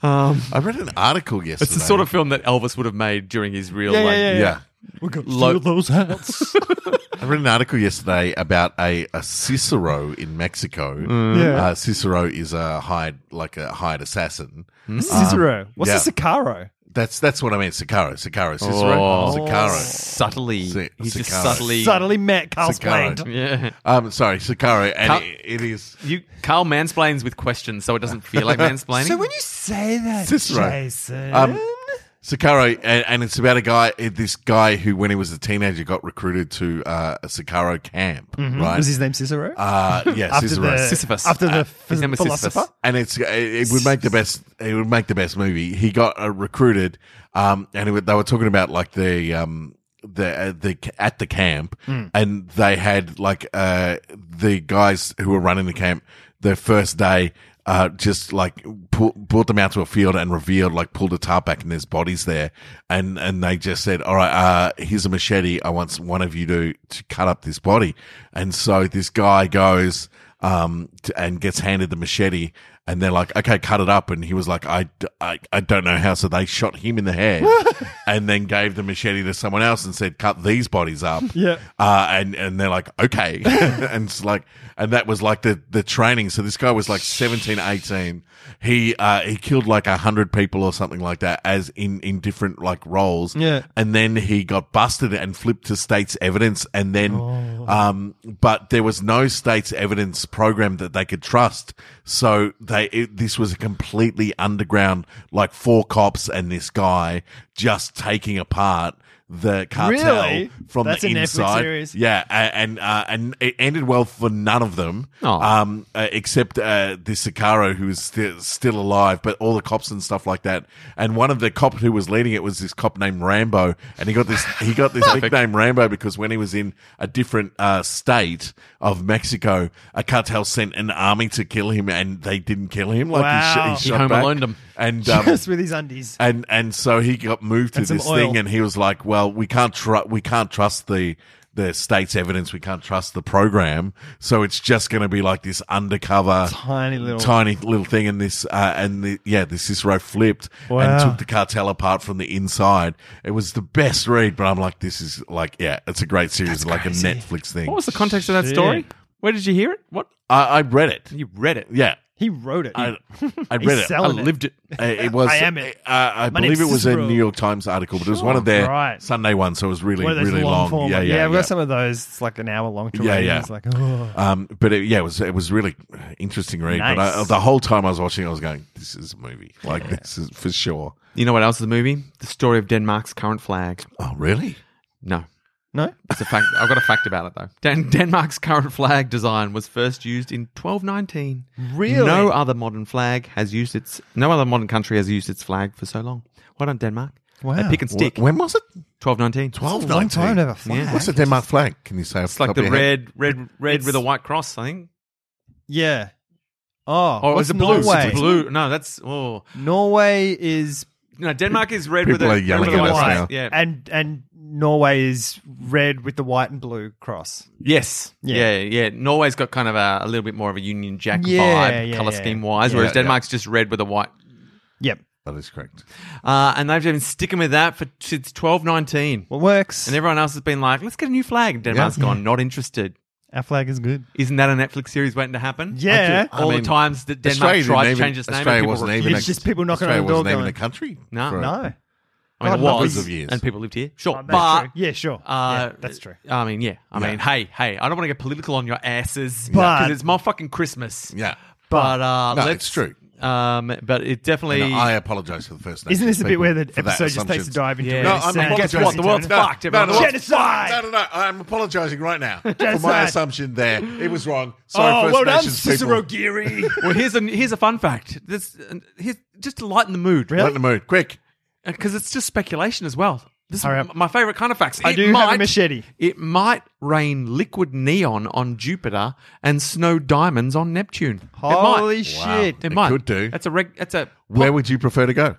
Speaker 1: I read an article yesterday.
Speaker 4: It's the sort of film that Elvis would have made during his real
Speaker 3: Yeah,
Speaker 4: like,
Speaker 3: yeah,
Speaker 1: yeah.
Speaker 3: We're going to
Speaker 4: Lo-
Speaker 3: those hats.
Speaker 1: I read an article yesterday about a, a Cicero in Mexico.
Speaker 3: Mm. Yeah.
Speaker 1: Uh, Cicero is a hired like a hired assassin.
Speaker 3: Hmm. Cicero. What's
Speaker 1: yeah.
Speaker 3: a Sicaro?
Speaker 1: That's that's what I mean. Sicaro, Sicaro, Cicero,
Speaker 4: Oh.
Speaker 1: Sicaro.
Speaker 4: subtly.
Speaker 1: Si-
Speaker 4: He's just
Speaker 1: Sicaro.
Speaker 4: subtly.
Speaker 3: Subtly met
Speaker 1: Sicaro.
Speaker 3: cosplayd.
Speaker 4: Yeah.
Speaker 1: Um, sorry, Sicaro, and
Speaker 4: Ca-
Speaker 1: it, it is
Speaker 4: You Carl mansplains with questions, so it doesn't feel like mansplaining.
Speaker 3: So when you say that,
Speaker 1: Cicero.
Speaker 3: Jason,
Speaker 1: Um, Sicaro, and, and it's about a guy, this guy who, when he was a teenager, got recruited to uh, a Sicaro camp, right?
Speaker 3: Mm-hmm. was his name Cicero?
Speaker 1: uh, yeah,
Speaker 3: after
Speaker 1: Cicero.
Speaker 3: the
Speaker 4: Sisyphus.
Speaker 3: After the
Speaker 4: Uh, his name was
Speaker 3: philosopher.
Speaker 4: Sisyphus.
Speaker 1: and it's it, it would make the best it would make the best movie. He got uh, recruited, um, and it, would- they were talking about like the um the uh, the at the camp, and they had like uh the guys who were running the camp their first day. Uh, just like pull, brought them out to a field and revealed, like pulled a tarp back, and there's bodies there, and and they just said, "All right, uh, here's a machete. I want one of you to to cut up this body." And so this guy goes, um, t- and gets handed the machete. And they're like, okay, cut it up. And he was like, I, d- I, I don't know how. So they shot him in the head and then gave the machete to someone else and said, cut these bodies up.
Speaker 3: Yeah.
Speaker 1: Uh, and, and they're like, okay. and it's like, and that was like the, the training. So this guy was like 17, 18. He, uh, he killed like a hundred people or something like that as in, in different like roles.
Speaker 3: Yeah.
Speaker 1: And then he got busted and flipped to state's evidence. And then,
Speaker 3: Oh.
Speaker 1: um, but there was no state's evidence program that they could trust. So they, it, this was a completely underground, like four cops and this guy just taking apart the cartel
Speaker 3: Really?
Speaker 1: from
Speaker 3: That's
Speaker 1: the
Speaker 3: a Netflix
Speaker 1: inside.
Speaker 3: series.
Speaker 1: Yeah, a- and uh, and it ended well for none of them,
Speaker 4: Aw.
Speaker 1: um, uh, except uh, the Sicaro who is sti- still alive, but all the cops and stuff like that. And one of the cop who was leading it was this cop named Rambo, and he got this he got this nickname Rambo because when he was in a different uh, state of Mexico, a cartel sent an army to kill him, and they didn't kill him. Like
Speaker 3: Wow.
Speaker 1: he, sh-
Speaker 4: He
Speaker 1: he shot
Speaker 4: Home
Speaker 1: back.
Speaker 4: Aloned him.
Speaker 1: and um,
Speaker 3: Just with his undies.
Speaker 1: and and so he got moved to
Speaker 3: some
Speaker 1: this
Speaker 3: oil.
Speaker 1: thing, and he was like, "Well, we can't tru- we can't trust the the state's evidence. We can't trust the program. So it's just going to be like this undercover."
Speaker 3: Tiny little.
Speaker 1: Tiny little thing, and this, uh, and the, yeah, this Cicero flipped
Speaker 3: Wow.
Speaker 1: and took the cartel apart from the inside. It was the best read, but I'm like, this is like, yeah, it's a great series, like a Netflix thing.
Speaker 4: What was the context of that story? Where did you hear it? What?
Speaker 1: I, I read it.
Speaker 4: You read it.
Speaker 1: Yeah,
Speaker 3: He wrote it.
Speaker 1: I, I
Speaker 3: He's
Speaker 1: read it.
Speaker 4: I
Speaker 3: selling it.
Speaker 4: lived it.
Speaker 1: Uh, it was.
Speaker 3: I am it.
Speaker 1: Uh, I
Speaker 3: My
Speaker 1: believe it
Speaker 3: name's
Speaker 1: was a
Speaker 3: Cicero.
Speaker 1: New York Times article, but it was one of their
Speaker 3: Right.
Speaker 1: Sunday ones, so it was really,
Speaker 3: One of those
Speaker 1: really long.
Speaker 3: long, form.
Speaker 1: Yeah, yeah.
Speaker 3: I've got some of those. It's like an hour long to
Speaker 1: Yeah,
Speaker 3: read.
Speaker 1: yeah.
Speaker 3: It's like, oh.
Speaker 1: Um, but it, yeah, it was it was really interesting read. But I,
Speaker 3: Nice.
Speaker 1: the whole time I was watching, it, I was going, "This is a movie. Like this is for sure."
Speaker 4: You know what else is a movie? The story of Denmark's current flag.
Speaker 1: Oh, really?
Speaker 4: No.
Speaker 3: No?
Speaker 4: It's a fact. I've got a fact about it though. Dan- Denmark's current flag design was first used in 1219.
Speaker 3: Really?
Speaker 4: No other modern flag has used its. No other modern country has used its flag for so long. Why don't Denmark?
Speaker 3: Wow.
Speaker 4: They pick and stick.
Speaker 1: Wh- When was it?
Speaker 4: 1219.
Speaker 1: Twelve.
Speaker 3: long time to have a flag.
Speaker 4: Yeah.
Speaker 1: What's the Denmark flag? Can you say? off
Speaker 4: It's like
Speaker 1: top of
Speaker 4: the
Speaker 1: your head?
Speaker 4: red, red, red with a white cross. I think.
Speaker 3: Yeah. Oh,
Speaker 4: Oh,
Speaker 3: what's
Speaker 4: is it blue? Is it
Speaker 3: Norway?
Speaker 4: blue. No, that's oh.
Speaker 3: Norway is
Speaker 4: No, Denmark is red
Speaker 1: People
Speaker 4: with a
Speaker 1: are yelling
Speaker 4: red
Speaker 1: at
Speaker 4: with a
Speaker 1: us
Speaker 4: white.
Speaker 1: now.
Speaker 4: Yeah.
Speaker 3: and and Norway is red with the white and blue cross.
Speaker 4: Yes.
Speaker 3: Yeah.
Speaker 4: Yeah. yeah, Norway's got kind of a, a little bit more of a Union Jack
Speaker 3: Yeah,
Speaker 4: vibe,
Speaker 3: yeah,
Speaker 4: color
Speaker 3: yeah.
Speaker 4: scheme wise,
Speaker 1: Yeah,
Speaker 4: whereas
Speaker 1: yeah.
Speaker 4: Denmark's just red with a white.
Speaker 3: Yep,
Speaker 1: That is correct.
Speaker 4: Uh, and they've been sticking with that for since twelve nineteen.
Speaker 3: what works?
Speaker 4: And everyone else has been like, "Let's get a new flag." And Denmark's
Speaker 1: Yeah.
Speaker 4: gone, not interested.
Speaker 3: Our flag is good.
Speaker 4: Isn't that a Netflix series waiting to happen?
Speaker 3: Yeah.
Speaker 1: I
Speaker 4: All
Speaker 1: mean,
Speaker 4: the times that Denmark
Speaker 1: Australia
Speaker 4: tried
Speaker 1: didn't
Speaker 4: to
Speaker 1: even-
Speaker 4: change its name,
Speaker 1: Australia
Speaker 4: and people
Speaker 1: wasn't
Speaker 4: refused.
Speaker 1: even
Speaker 3: It's just people knocking
Speaker 1: Australia
Speaker 3: on the door
Speaker 1: wasn't even
Speaker 3: going-
Speaker 1: a country.
Speaker 4: No.
Speaker 1: for
Speaker 3: No,
Speaker 4: I mean, it
Speaker 3: God,
Speaker 4: was,
Speaker 1: hundreds of years.
Speaker 4: and people lived here. Sure,
Speaker 3: Oh, that's
Speaker 4: but
Speaker 3: true. yeah, sure,
Speaker 4: Uh,
Speaker 3: yeah, that's true.
Speaker 4: I mean, yeah. I
Speaker 1: Yeah.
Speaker 4: mean, hey, hey, I don't want to get political on your asses
Speaker 3: But-
Speaker 4: because it's my fucking Christmas.
Speaker 1: Yeah.
Speaker 4: But uh,
Speaker 1: No,
Speaker 4: let's-
Speaker 1: it's true.
Speaker 4: Um, but it definitely.
Speaker 1: And I apologise for the first.
Speaker 3: Isn't
Speaker 1: Nations
Speaker 3: this the bit where the
Speaker 1: people for that
Speaker 3: episode just takes a
Speaker 1: assumption.
Speaker 3: dive into
Speaker 4: Yeah.
Speaker 3: it?
Speaker 4: No,
Speaker 3: It's
Speaker 4: I'm
Speaker 3: sad.
Speaker 4: apologising. Guess what? The world's
Speaker 3: No,
Speaker 4: fucked. Everyone
Speaker 1: no, no,
Speaker 4: wants-
Speaker 3: Genocide!
Speaker 1: No, no, no. I'm apologising right now for my
Speaker 3: Genocide.
Speaker 1: assumption there. It was wrong. Sorry,
Speaker 3: Oh,
Speaker 1: First
Speaker 3: well done,
Speaker 1: Nations
Speaker 3: Cicero
Speaker 1: people.
Speaker 3: Geary.
Speaker 4: well, here's a here's a fun fact. This here's, just to lighten the mood,
Speaker 1: Lighten the mood, quick.
Speaker 4: Because it's just speculation as well. This is
Speaker 3: Hurry up.
Speaker 4: my favorite kind of facts.
Speaker 3: I
Speaker 4: It
Speaker 3: do have a machete.
Speaker 4: It might rain liquid neon on Jupiter and snow diamonds on Neptune.
Speaker 3: Holy
Speaker 4: it might.
Speaker 3: shit!
Speaker 4: It, might.
Speaker 1: could do.
Speaker 4: That's a reg. That's a
Speaker 1: Where would you prefer to go?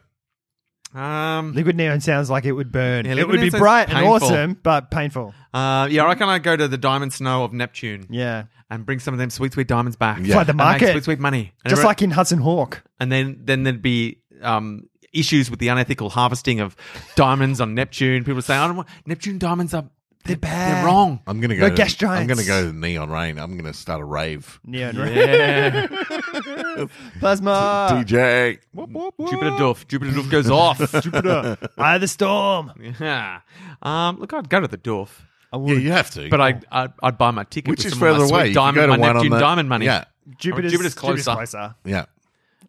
Speaker 4: um.
Speaker 3: Liquid neon sounds like it would burn.
Speaker 4: Yeah,
Speaker 3: it
Speaker 4: liquid
Speaker 3: would be
Speaker 4: neon sounds
Speaker 3: bright and
Speaker 4: painful.
Speaker 3: awesome, but painful.
Speaker 4: Uh, yeah, I reckon I go to the diamond snow of Neptune
Speaker 3: Yeah,
Speaker 4: and bring some of them sweet sweet diamonds back.
Speaker 1: Yeah. Like
Speaker 3: the
Speaker 4: And make
Speaker 3: market.
Speaker 4: sweet sweet money. And
Speaker 3: just
Speaker 4: every-
Speaker 3: like in Hudson Hawk.
Speaker 4: and then then there'd be um, issues with the unethical harvesting of diamonds on Neptune. People say, "I don't want Neptune diamonds are they're,
Speaker 3: bad."
Speaker 4: they're wrong."
Speaker 1: I'm gonna
Speaker 3: No
Speaker 1: go.
Speaker 3: gas giants.
Speaker 1: I'm gonna go to Neon Rain. I'm gonna start a rave.
Speaker 3: Neon
Speaker 4: Yeah,
Speaker 3: plasma.
Speaker 1: DJ.
Speaker 4: Jupiter Doof, Jupiter Doof goes off.
Speaker 3: Jupiter. Eye of the storm.
Speaker 4: yeah, um, look, I'd go to the Doof,
Speaker 3: I
Speaker 1: Yeah,
Speaker 3: would.
Speaker 1: you have to.
Speaker 4: but I I'd, I'd buy my ticket,
Speaker 1: which
Speaker 4: with
Speaker 1: is
Speaker 4: some of my
Speaker 1: further
Speaker 4: sweet
Speaker 1: away. You
Speaker 4: Diamond,
Speaker 1: go to
Speaker 4: my
Speaker 1: one on
Speaker 4: Neptune
Speaker 1: the-
Speaker 4: diamond money.
Speaker 1: Yeah,
Speaker 3: Jupiter's,
Speaker 4: Jupiter's closer.
Speaker 1: yeah.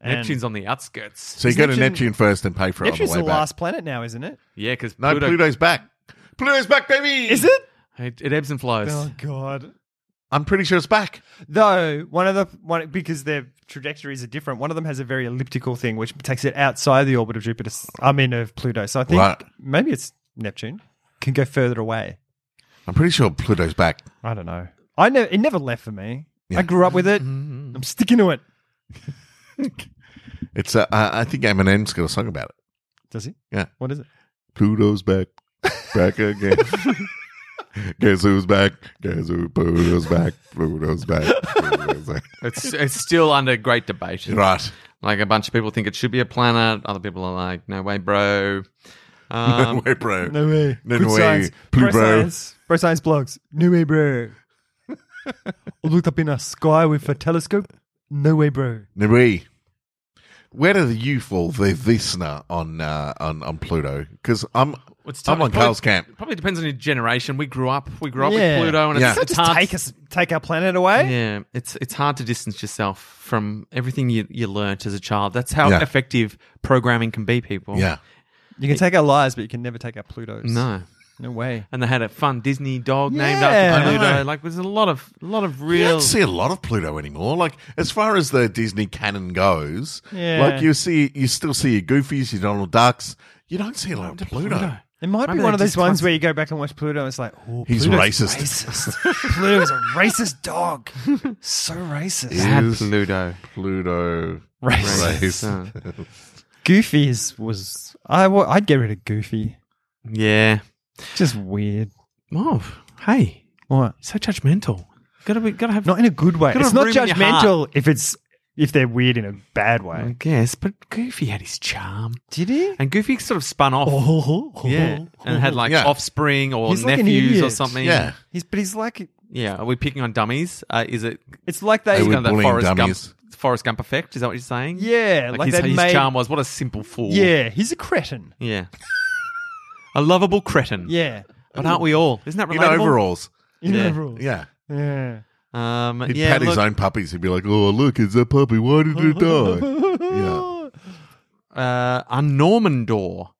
Speaker 3: And
Speaker 4: Neptune's on the outskirts.
Speaker 1: So you go to
Speaker 3: Neptune-
Speaker 1: Neptune first and pay for it
Speaker 3: Neptune's
Speaker 1: on the
Speaker 3: the
Speaker 1: way back.
Speaker 3: last planet now, isn't it?
Speaker 4: Yeah, because
Speaker 1: No,
Speaker 4: Pluto,
Speaker 1: Pluto's back. Pluto's back, baby.
Speaker 3: Is it?
Speaker 4: It, it ebbs and flows.
Speaker 3: Oh God.
Speaker 1: I'm pretty sure it's back.
Speaker 3: Though one of the one because their trajectories are different. One of them has a very elliptical thing, which takes it outside the orbit of Jupiter. I mean of Pluto. So I think
Speaker 1: Right.
Speaker 3: maybe it's Neptune can go further away.
Speaker 1: I'm pretty sure Pluto's back.
Speaker 3: I don't know. I know it never left for me.
Speaker 1: Yeah.
Speaker 3: I grew up with it. I'm sticking to it.
Speaker 1: It's. Uh, I I think Eminem's got a song about it.
Speaker 3: Does he?
Speaker 1: Yeah.
Speaker 3: What is it?
Speaker 1: Pluto's back, back again. Guess who's back? Guess who? Pluto's back. Pluto's back. Pluto's back.
Speaker 4: It's it's still under great debate.
Speaker 1: right.
Speaker 4: Like a bunch of people think it should be a planet. Other people are like, no way, bro. Um,
Speaker 1: Wait, bro.
Speaker 3: No way.
Speaker 1: No
Speaker 3: Good
Speaker 1: way.
Speaker 3: science.
Speaker 1: Blue
Speaker 3: Bro
Speaker 1: bro.
Speaker 3: science. Bro science blogs. No way, bro. I looked up in a sky with a telescope. No way, bro.
Speaker 1: Nui. Where do you fall, the listener, on uh, on on Pluto? Because I'm
Speaker 4: It's tough.
Speaker 1: I'm on
Speaker 4: Probably-
Speaker 1: Carl's camp.
Speaker 4: It probably depends on your generation. We grew up. We grew up
Speaker 3: Yeah.
Speaker 4: with Pluto, and
Speaker 1: Yeah.
Speaker 4: it's,
Speaker 3: Can't
Speaker 4: it's
Speaker 3: just
Speaker 4: hard.
Speaker 3: take us, eh? take our planet away.
Speaker 4: yeah, it's it's hard to distance yourself from everything you you learnt as a child. That's how
Speaker 1: Yeah.
Speaker 4: effective programming can be, people.
Speaker 1: Yeah,
Speaker 3: You can take our lives, but you can never take our Plutos.
Speaker 4: No.
Speaker 3: No way.
Speaker 4: and they had a fun Disney dog named
Speaker 3: Yeah.
Speaker 4: after
Speaker 1: I
Speaker 4: Pluto.
Speaker 1: know.
Speaker 4: Like, there's a lot of a lot of
Speaker 1: You
Speaker 4: real.
Speaker 1: don't see a lot of Pluto anymore. Like as far as the Disney canon goes,
Speaker 3: Yeah.
Speaker 1: like you see, you still see your Goofies, your Donald Ducks. You don't see a lot of Pluto.
Speaker 3: It might
Speaker 4: Remember
Speaker 3: be one
Speaker 4: that
Speaker 3: of those
Speaker 4: just
Speaker 3: ones
Speaker 4: once-
Speaker 3: where you go back and watch Pluto and it's like, oh,
Speaker 1: He's
Speaker 3: Pluto's
Speaker 1: racist.
Speaker 3: racist. Pluto is a racist dog. So racist.
Speaker 4: Bad
Speaker 1: Is
Speaker 4: Pluto.
Speaker 1: Pluto
Speaker 3: Racist.
Speaker 1: racist.
Speaker 3: Goofy is, was. I, wa- I'd get rid of Goofy.
Speaker 4: Yeah.
Speaker 3: Just weird.
Speaker 4: Oh, hey,
Speaker 3: What?
Speaker 4: so judgmental. Gotta be, gotta have.
Speaker 3: Not in a good way.
Speaker 4: Got a
Speaker 3: It's not
Speaker 4: room in your heart. Mm.
Speaker 3: judgmental if it's if they're weird in a bad
Speaker 4: I
Speaker 3: way.
Speaker 4: guess, but Goofy had his charm,
Speaker 3: Did he?
Speaker 4: and Goofy sort of spun off.
Speaker 3: Oh,
Speaker 4: Yeah, and had like
Speaker 1: Yeah.
Speaker 4: offspring or
Speaker 3: He's like an
Speaker 4: nephews or
Speaker 3: idiot.
Speaker 4: something.
Speaker 1: Yeah,
Speaker 3: He's but he's like
Speaker 4: yeah. Are we picking on dummies? Uh, is it
Speaker 3: it's like they
Speaker 1: They
Speaker 4: it's
Speaker 1: were
Speaker 4: kind of that
Speaker 1: bullying
Speaker 4: Forrest
Speaker 1: dummies.
Speaker 4: Gump, Forrest Gump effect? Is that what you're saying?
Speaker 3: yeah
Speaker 4: like,
Speaker 3: like,
Speaker 4: his,
Speaker 3: they
Speaker 4: his
Speaker 3: made
Speaker 4: charm was what a simple fool.
Speaker 3: yeah he's a cretin
Speaker 4: yeah, a lovable cretin.
Speaker 3: yeah
Speaker 4: but aren't we all? Isn't that relatable?
Speaker 1: in overalls.
Speaker 3: in
Speaker 4: Yeah.
Speaker 3: overall.
Speaker 1: Yeah,
Speaker 3: yeah
Speaker 4: Um,
Speaker 1: he'd
Speaker 4: yeah,
Speaker 1: pat his
Speaker 4: look,
Speaker 1: own puppies. He'd be like, "Oh, look, it's a puppy. Why did it die?" Yeah.
Speaker 4: uh, a Norman door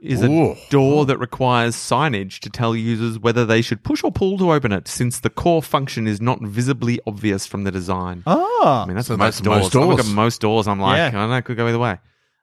Speaker 4: is a
Speaker 1: Ooh.
Speaker 4: door that requires signage to tell users whether they should push or pull to open it, since the core function is not visibly obvious from the design.
Speaker 3: ah
Speaker 4: I mean, that's,
Speaker 1: So
Speaker 4: most,
Speaker 1: that's
Speaker 4: doors.
Speaker 1: most
Speaker 4: I look
Speaker 1: doors.
Speaker 4: at most doors. I'm like,
Speaker 3: Yeah.
Speaker 4: I don't know, it could go either way.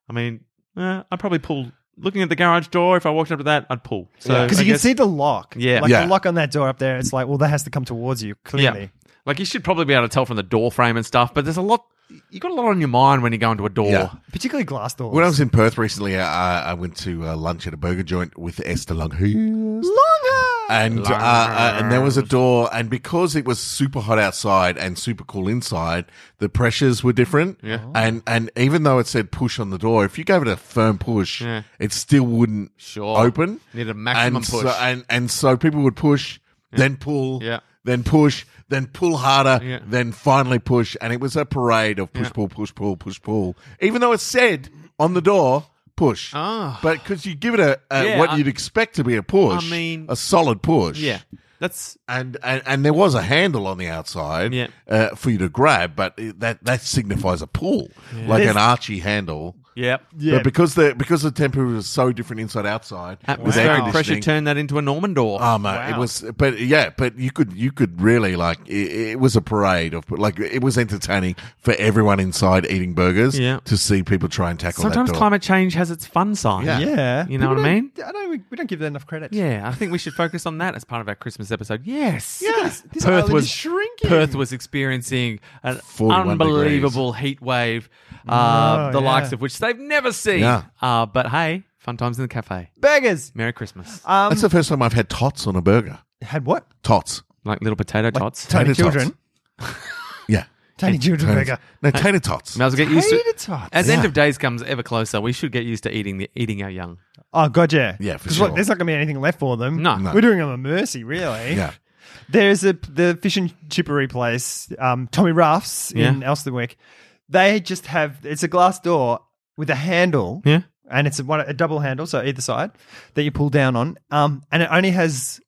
Speaker 4: I mean, eh, I probably pull. Looking at the garage door, if I walked up to that, I'd pull. So
Speaker 3: because
Speaker 4: I
Speaker 3: you can
Speaker 4: guess-
Speaker 3: see the lock
Speaker 4: Yeah.
Speaker 3: like
Speaker 1: Yeah.
Speaker 3: the lock on that door up there it's like well that has to come towards you clearly
Speaker 4: Like you should probably be able to tell from the door frame and stuff, but there's a lot. You got a lot on your mind when you go into a door.
Speaker 1: Yeah.
Speaker 3: particularly glass doors
Speaker 1: When I was in Perth recently, I, I went to uh, lunch at a burger joint with Esther Longhurst.
Speaker 3: longer
Speaker 1: and uh, uh, and there was a door, and because it was super hot outside and super cool inside, the pressures were different.
Speaker 4: Yeah.
Speaker 1: and and even though it said push on the door, if you gave it a firm push,
Speaker 4: Yeah.
Speaker 1: it still wouldn't
Speaker 4: Sure.
Speaker 1: open.
Speaker 4: Needed a maximum
Speaker 1: and
Speaker 4: push.
Speaker 1: So, and and so people would push, then pull,
Speaker 4: Yeah.
Speaker 1: then push, then pull harder,
Speaker 4: Yeah.
Speaker 1: then finally push, and it was a parade of push
Speaker 4: Yeah.
Speaker 1: pull push pull push pull. Even though it said on the door. Push,
Speaker 4: Ah.
Speaker 1: but because you give it a, a
Speaker 4: Yeah,
Speaker 1: what
Speaker 4: I-
Speaker 1: you'd expect to be a push,
Speaker 4: I mean-
Speaker 1: a solid push,
Speaker 4: Yeah, that's
Speaker 1: and, and and there was a handle on the outside
Speaker 4: Yeah.
Speaker 1: uh, for you to grab, but it- that that signifies a pull, like
Speaker 3: There's-
Speaker 1: an Archie handle.
Speaker 4: yep.
Speaker 3: yeah
Speaker 1: But because the because the temperature was so different inside outside, with air
Speaker 4: Atmospheric pressure
Speaker 1: conditioning,
Speaker 4: turned that into a Norman door.
Speaker 1: Um, uh, it
Speaker 3: Wow.
Speaker 1: was, but yeah, but you could you could really like it, it was a parade of like it was entertaining for everyone inside eating burgers
Speaker 4: Yeah.
Speaker 1: to see people try and tackle.
Speaker 4: Sometimes
Speaker 1: that door.
Speaker 4: climate change has its fun side.
Speaker 1: Yeah.
Speaker 3: yeah
Speaker 4: You know
Speaker 3: People
Speaker 4: what I
Speaker 3: don't- I don't we don't give that enough credit
Speaker 4: Yeah, I think we should focus on that as part of our Christmas episode. Yes.
Speaker 3: Look at this, this
Speaker 4: Perth
Speaker 3: island
Speaker 4: was-
Speaker 3: is shrinking
Speaker 4: Perth was experiencing an
Speaker 1: 41
Speaker 4: unbelievable heat wave, uh,
Speaker 3: Oh,
Speaker 4: the
Speaker 3: yeah.
Speaker 4: likes of which they've never seen.
Speaker 1: Yeah.
Speaker 4: Uh, but hey, fun times in the cafe.
Speaker 3: burgers
Speaker 4: Merry Christmas.
Speaker 3: um
Speaker 1: That's the first time I've had tots on a burger.
Speaker 3: had what
Speaker 1: Tots,
Speaker 4: like little potato tots.
Speaker 1: Tater
Speaker 3: tiny
Speaker 1: tots.
Speaker 3: children
Speaker 1: yeah,
Speaker 3: tiny children
Speaker 1: Tater-
Speaker 3: burger
Speaker 1: no tater tots.
Speaker 4: Might as well get used
Speaker 3: Tater
Speaker 4: to
Speaker 3: tots.
Speaker 4: As end of days comes ever closer, we should get used to eating the, eating our young.
Speaker 3: Oh god, yeah,
Speaker 1: Yeah, for
Speaker 3: 'Cause,
Speaker 1: sure.
Speaker 3: Look, there's not going to be anything left for them.
Speaker 4: No. No.
Speaker 3: we're doing them a mercy, really.
Speaker 1: Yeah.
Speaker 3: there's a the fish and chippery place, um, Tommy Ruff's in
Speaker 4: Yeah.
Speaker 3: Elsternwick. They just have it's a glass door with a handle,
Speaker 4: Yeah.
Speaker 3: and it's a, one, a double handle, so either side that you pull down on, um, and it only has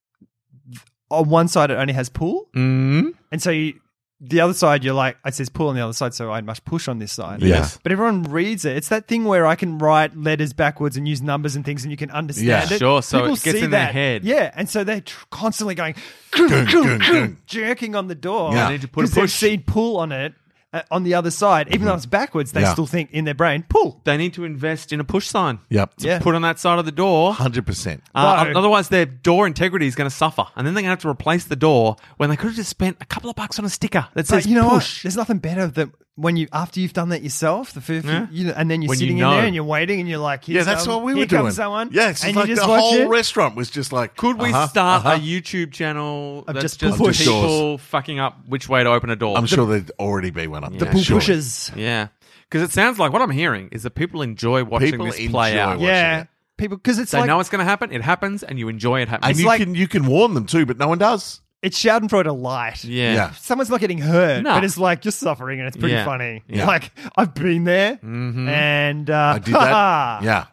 Speaker 3: on one side it only has pull,
Speaker 4: Mm.
Speaker 3: and so you, the other side you're like it says pull on the other side, so I must push on this side.
Speaker 1: Yeah.
Speaker 3: But everyone reads it. It's that thing where I can write letters backwards and use numbers and things, and you can understand
Speaker 1: Yeah.
Speaker 3: it.
Speaker 4: Sure, so
Speaker 3: People
Speaker 4: it gets
Speaker 3: see
Speaker 4: in their
Speaker 3: that.
Speaker 4: head.
Speaker 3: Yeah, and so they're tr- constantly going,
Speaker 1: Gung, gung, gung.
Speaker 3: jerking on the door.
Speaker 1: Yeah. I
Speaker 4: need to put a
Speaker 3: 'Cause they've
Speaker 4: push.
Speaker 3: seen pull on it uh, on the other side, even though it's backwards. They
Speaker 1: Mm-hmm. Yeah.
Speaker 3: still think in their brain pull.
Speaker 4: They need to invest in a push sign.
Speaker 1: Yep.
Speaker 3: Yeah.
Speaker 4: Put on that side of the door.
Speaker 1: Hundred percent.
Speaker 4: Uh,
Speaker 3: Right.
Speaker 4: otherwise, their door integrity is going to suffer, and then they're going to have to replace the door when they could have just spent a couple of bucks on a sticker that
Speaker 3: But
Speaker 4: says
Speaker 3: you know what?
Speaker 4: push.
Speaker 3: There's nothing better than when you after you've done that yourself. The first,
Speaker 4: Yeah.
Speaker 3: you know, and then you're
Speaker 4: When you
Speaker 3: sitting
Speaker 4: know.
Speaker 3: in there and you're waiting and you're like,
Speaker 1: Yeah,
Speaker 3: Here's
Speaker 1: that's
Speaker 3: some-
Speaker 1: what we were
Speaker 3: um, here
Speaker 1: doing.
Speaker 3: Comes someone,
Speaker 1: Yeah, it's
Speaker 3: and
Speaker 1: like
Speaker 3: you just
Speaker 1: the
Speaker 3: watch
Speaker 1: whole
Speaker 3: it.
Speaker 1: restaurant was just like,
Speaker 4: Could we
Speaker 1: uh-huh,
Speaker 4: start
Speaker 1: uh-huh.
Speaker 4: a YouTube channel
Speaker 3: Of
Speaker 4: that's just,
Speaker 3: just pull
Speaker 1: push.
Speaker 4: people fucking up which way to open a door?
Speaker 1: I'm sure there'd already be one up
Speaker 4: The
Speaker 1: there.
Speaker 3: Pull
Speaker 1: surely.
Speaker 3: pushes.
Speaker 4: Yeah, because it sounds like what I'm hearing is that people enjoy watching
Speaker 1: People
Speaker 4: this play
Speaker 1: enjoy
Speaker 4: out.
Speaker 1: watching
Speaker 3: Yeah,
Speaker 1: it.
Speaker 3: people because it's
Speaker 4: They
Speaker 3: like
Speaker 4: know it's going to happen. It happens, and you enjoy it happening.
Speaker 1: And you
Speaker 3: like-
Speaker 1: can you can warn them too, but no one does.
Speaker 3: it's Schadenfreude light.
Speaker 4: yeah.
Speaker 1: Yeah.
Speaker 3: someone's not getting hurt,
Speaker 4: No.
Speaker 3: but it's like you're suffering and it's pretty
Speaker 4: Yeah.
Speaker 3: funny.
Speaker 1: Yeah. Mm-hmm.
Speaker 3: Like I've been there
Speaker 4: Mm-hmm.
Speaker 3: and uh,
Speaker 1: I did that. yeah,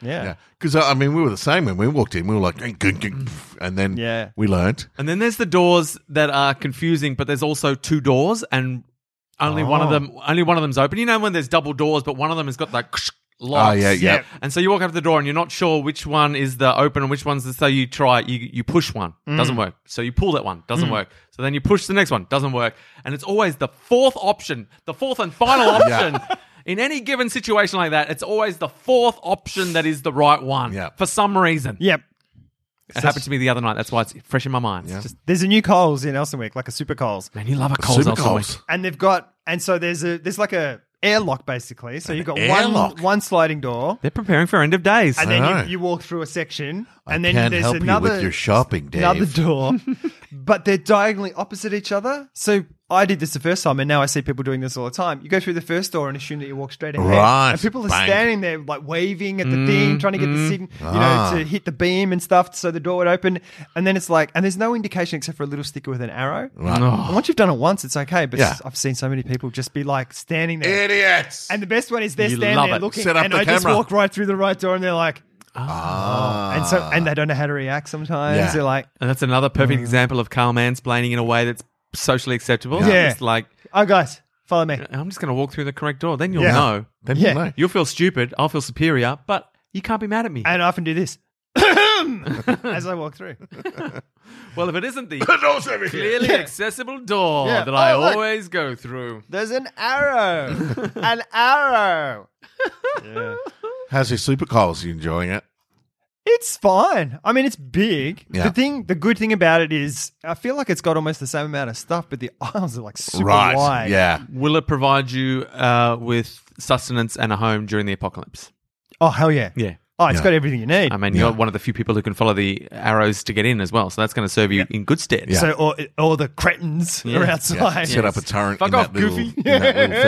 Speaker 3: yeah.
Speaker 1: yeah. Because I mean, we were the same when we walked in. We were like, "Gung, gung, gung," and then
Speaker 3: Mm. Yeah.
Speaker 1: we learned.
Speaker 4: And then there's the doors that are confusing, but there's also two doors, and only one of
Speaker 3: Oh.
Speaker 4: them, only one of them's open. You know when there's double doors, but one of them has got like locks.
Speaker 1: Oh, yeah, yeah. Yep.
Speaker 4: And so you walk up to the door and you're not sure which one is the open and which one's the so you try you you push one doesn't work so you pull that one doesn't work so then you push the next one doesn't work and it's always the fourth option the fourth and final option. In any given situation like that, it's always the fourth option that is the right one
Speaker 1: Yeah.
Speaker 4: for some reason.
Speaker 3: Yep.
Speaker 4: It happened to me the other night. That's why it's fresh in my mind. It's just,
Speaker 3: There's a new Coles in Elsenwick, like a super Coles.
Speaker 4: man, you love a Coles
Speaker 1: Super
Speaker 4: Elsa
Speaker 1: Coles.
Speaker 3: and they've got and so there's a there's like a airlock basically. So you've got
Speaker 1: airlock?
Speaker 3: one one sliding door,
Speaker 4: They're preparing for end of days.
Speaker 3: and
Speaker 1: I
Speaker 3: then
Speaker 1: know.
Speaker 3: you, you walk through a section,
Speaker 1: I
Speaker 3: and then
Speaker 1: can't
Speaker 3: there's
Speaker 1: help
Speaker 3: another
Speaker 1: you with your shopping, Dave.
Speaker 3: another door, but they're diagonally opposite each other. So I did this the first time, and now I see people doing this all the time. You go through the first door and assume that you walk straight ahead,
Speaker 1: Right,
Speaker 3: and people are
Speaker 1: bang. Mm-hmm.
Speaker 3: standing there like waving at the thing, trying to get the signal, you
Speaker 1: Ah.
Speaker 3: know, to hit the beam and stuff, so the door would open. And then it's like, and there's no indication except for a little sticker with an arrow.
Speaker 1: Right.
Speaker 3: And once you've done it once, it's okay. But
Speaker 1: Yeah.
Speaker 3: I've seen so many people just be like standing there.
Speaker 1: Idiots.
Speaker 3: and the best one is they're
Speaker 4: You
Speaker 3: standing
Speaker 4: love
Speaker 3: there
Speaker 4: it.
Speaker 3: looking,
Speaker 1: Set up
Speaker 3: and
Speaker 1: the
Speaker 3: I just
Speaker 1: camera.
Speaker 3: walk right through the right door, and they're like, "Oh."
Speaker 1: Ah.
Speaker 3: and so, and they don't know how to react. Sometimes
Speaker 1: Yeah.
Speaker 3: they're like,
Speaker 4: And that's another perfect example of Carl mansplaining in a way that's socially acceptable.
Speaker 3: Yeah.
Speaker 4: It's like,
Speaker 3: "Oh, guys, follow me."
Speaker 4: I'm just going to walk through the correct door. Then you'll
Speaker 3: Yeah.
Speaker 4: know.
Speaker 1: Then
Speaker 3: Yeah.
Speaker 1: you know.
Speaker 4: You'll feel stupid. I'll feel superior, but you can't be mad at me.
Speaker 3: And I often do this as I walk through.
Speaker 4: well, if it isn't the
Speaker 1: Clearly.
Speaker 4: clearly accessible door
Speaker 3: Yeah.
Speaker 4: that I
Speaker 3: Oh, look.
Speaker 4: always go through.
Speaker 3: There's an arrow, an arrow.
Speaker 1: How's your super coals? You enjoying it?
Speaker 3: It's fine. I mean, it's big.
Speaker 1: Yeah.
Speaker 3: The thing, the good thing about it is, I feel like it's got almost the same amount of stuff, but the aisles are like super
Speaker 1: right.
Speaker 3: wide.
Speaker 1: Yeah.
Speaker 4: Will it provide you uh, with sustenance and a home during the apocalypse?
Speaker 3: Oh hell yeah.
Speaker 4: Yeah.
Speaker 3: Oh, it's
Speaker 1: Yeah.
Speaker 3: got everything you need.
Speaker 4: I mean, you're one of the few people who can follow the arrows to get in as well. So that's going to serve you in good stead.
Speaker 1: Yeah.
Speaker 3: So, or, or the cretins are
Speaker 4: Yeah.
Speaker 1: Yeah.
Speaker 3: outside.
Speaker 1: Set up a turret.
Speaker 4: Fuck
Speaker 1: in
Speaker 4: off,
Speaker 1: that little,
Speaker 4: Goofy.
Speaker 1: in that little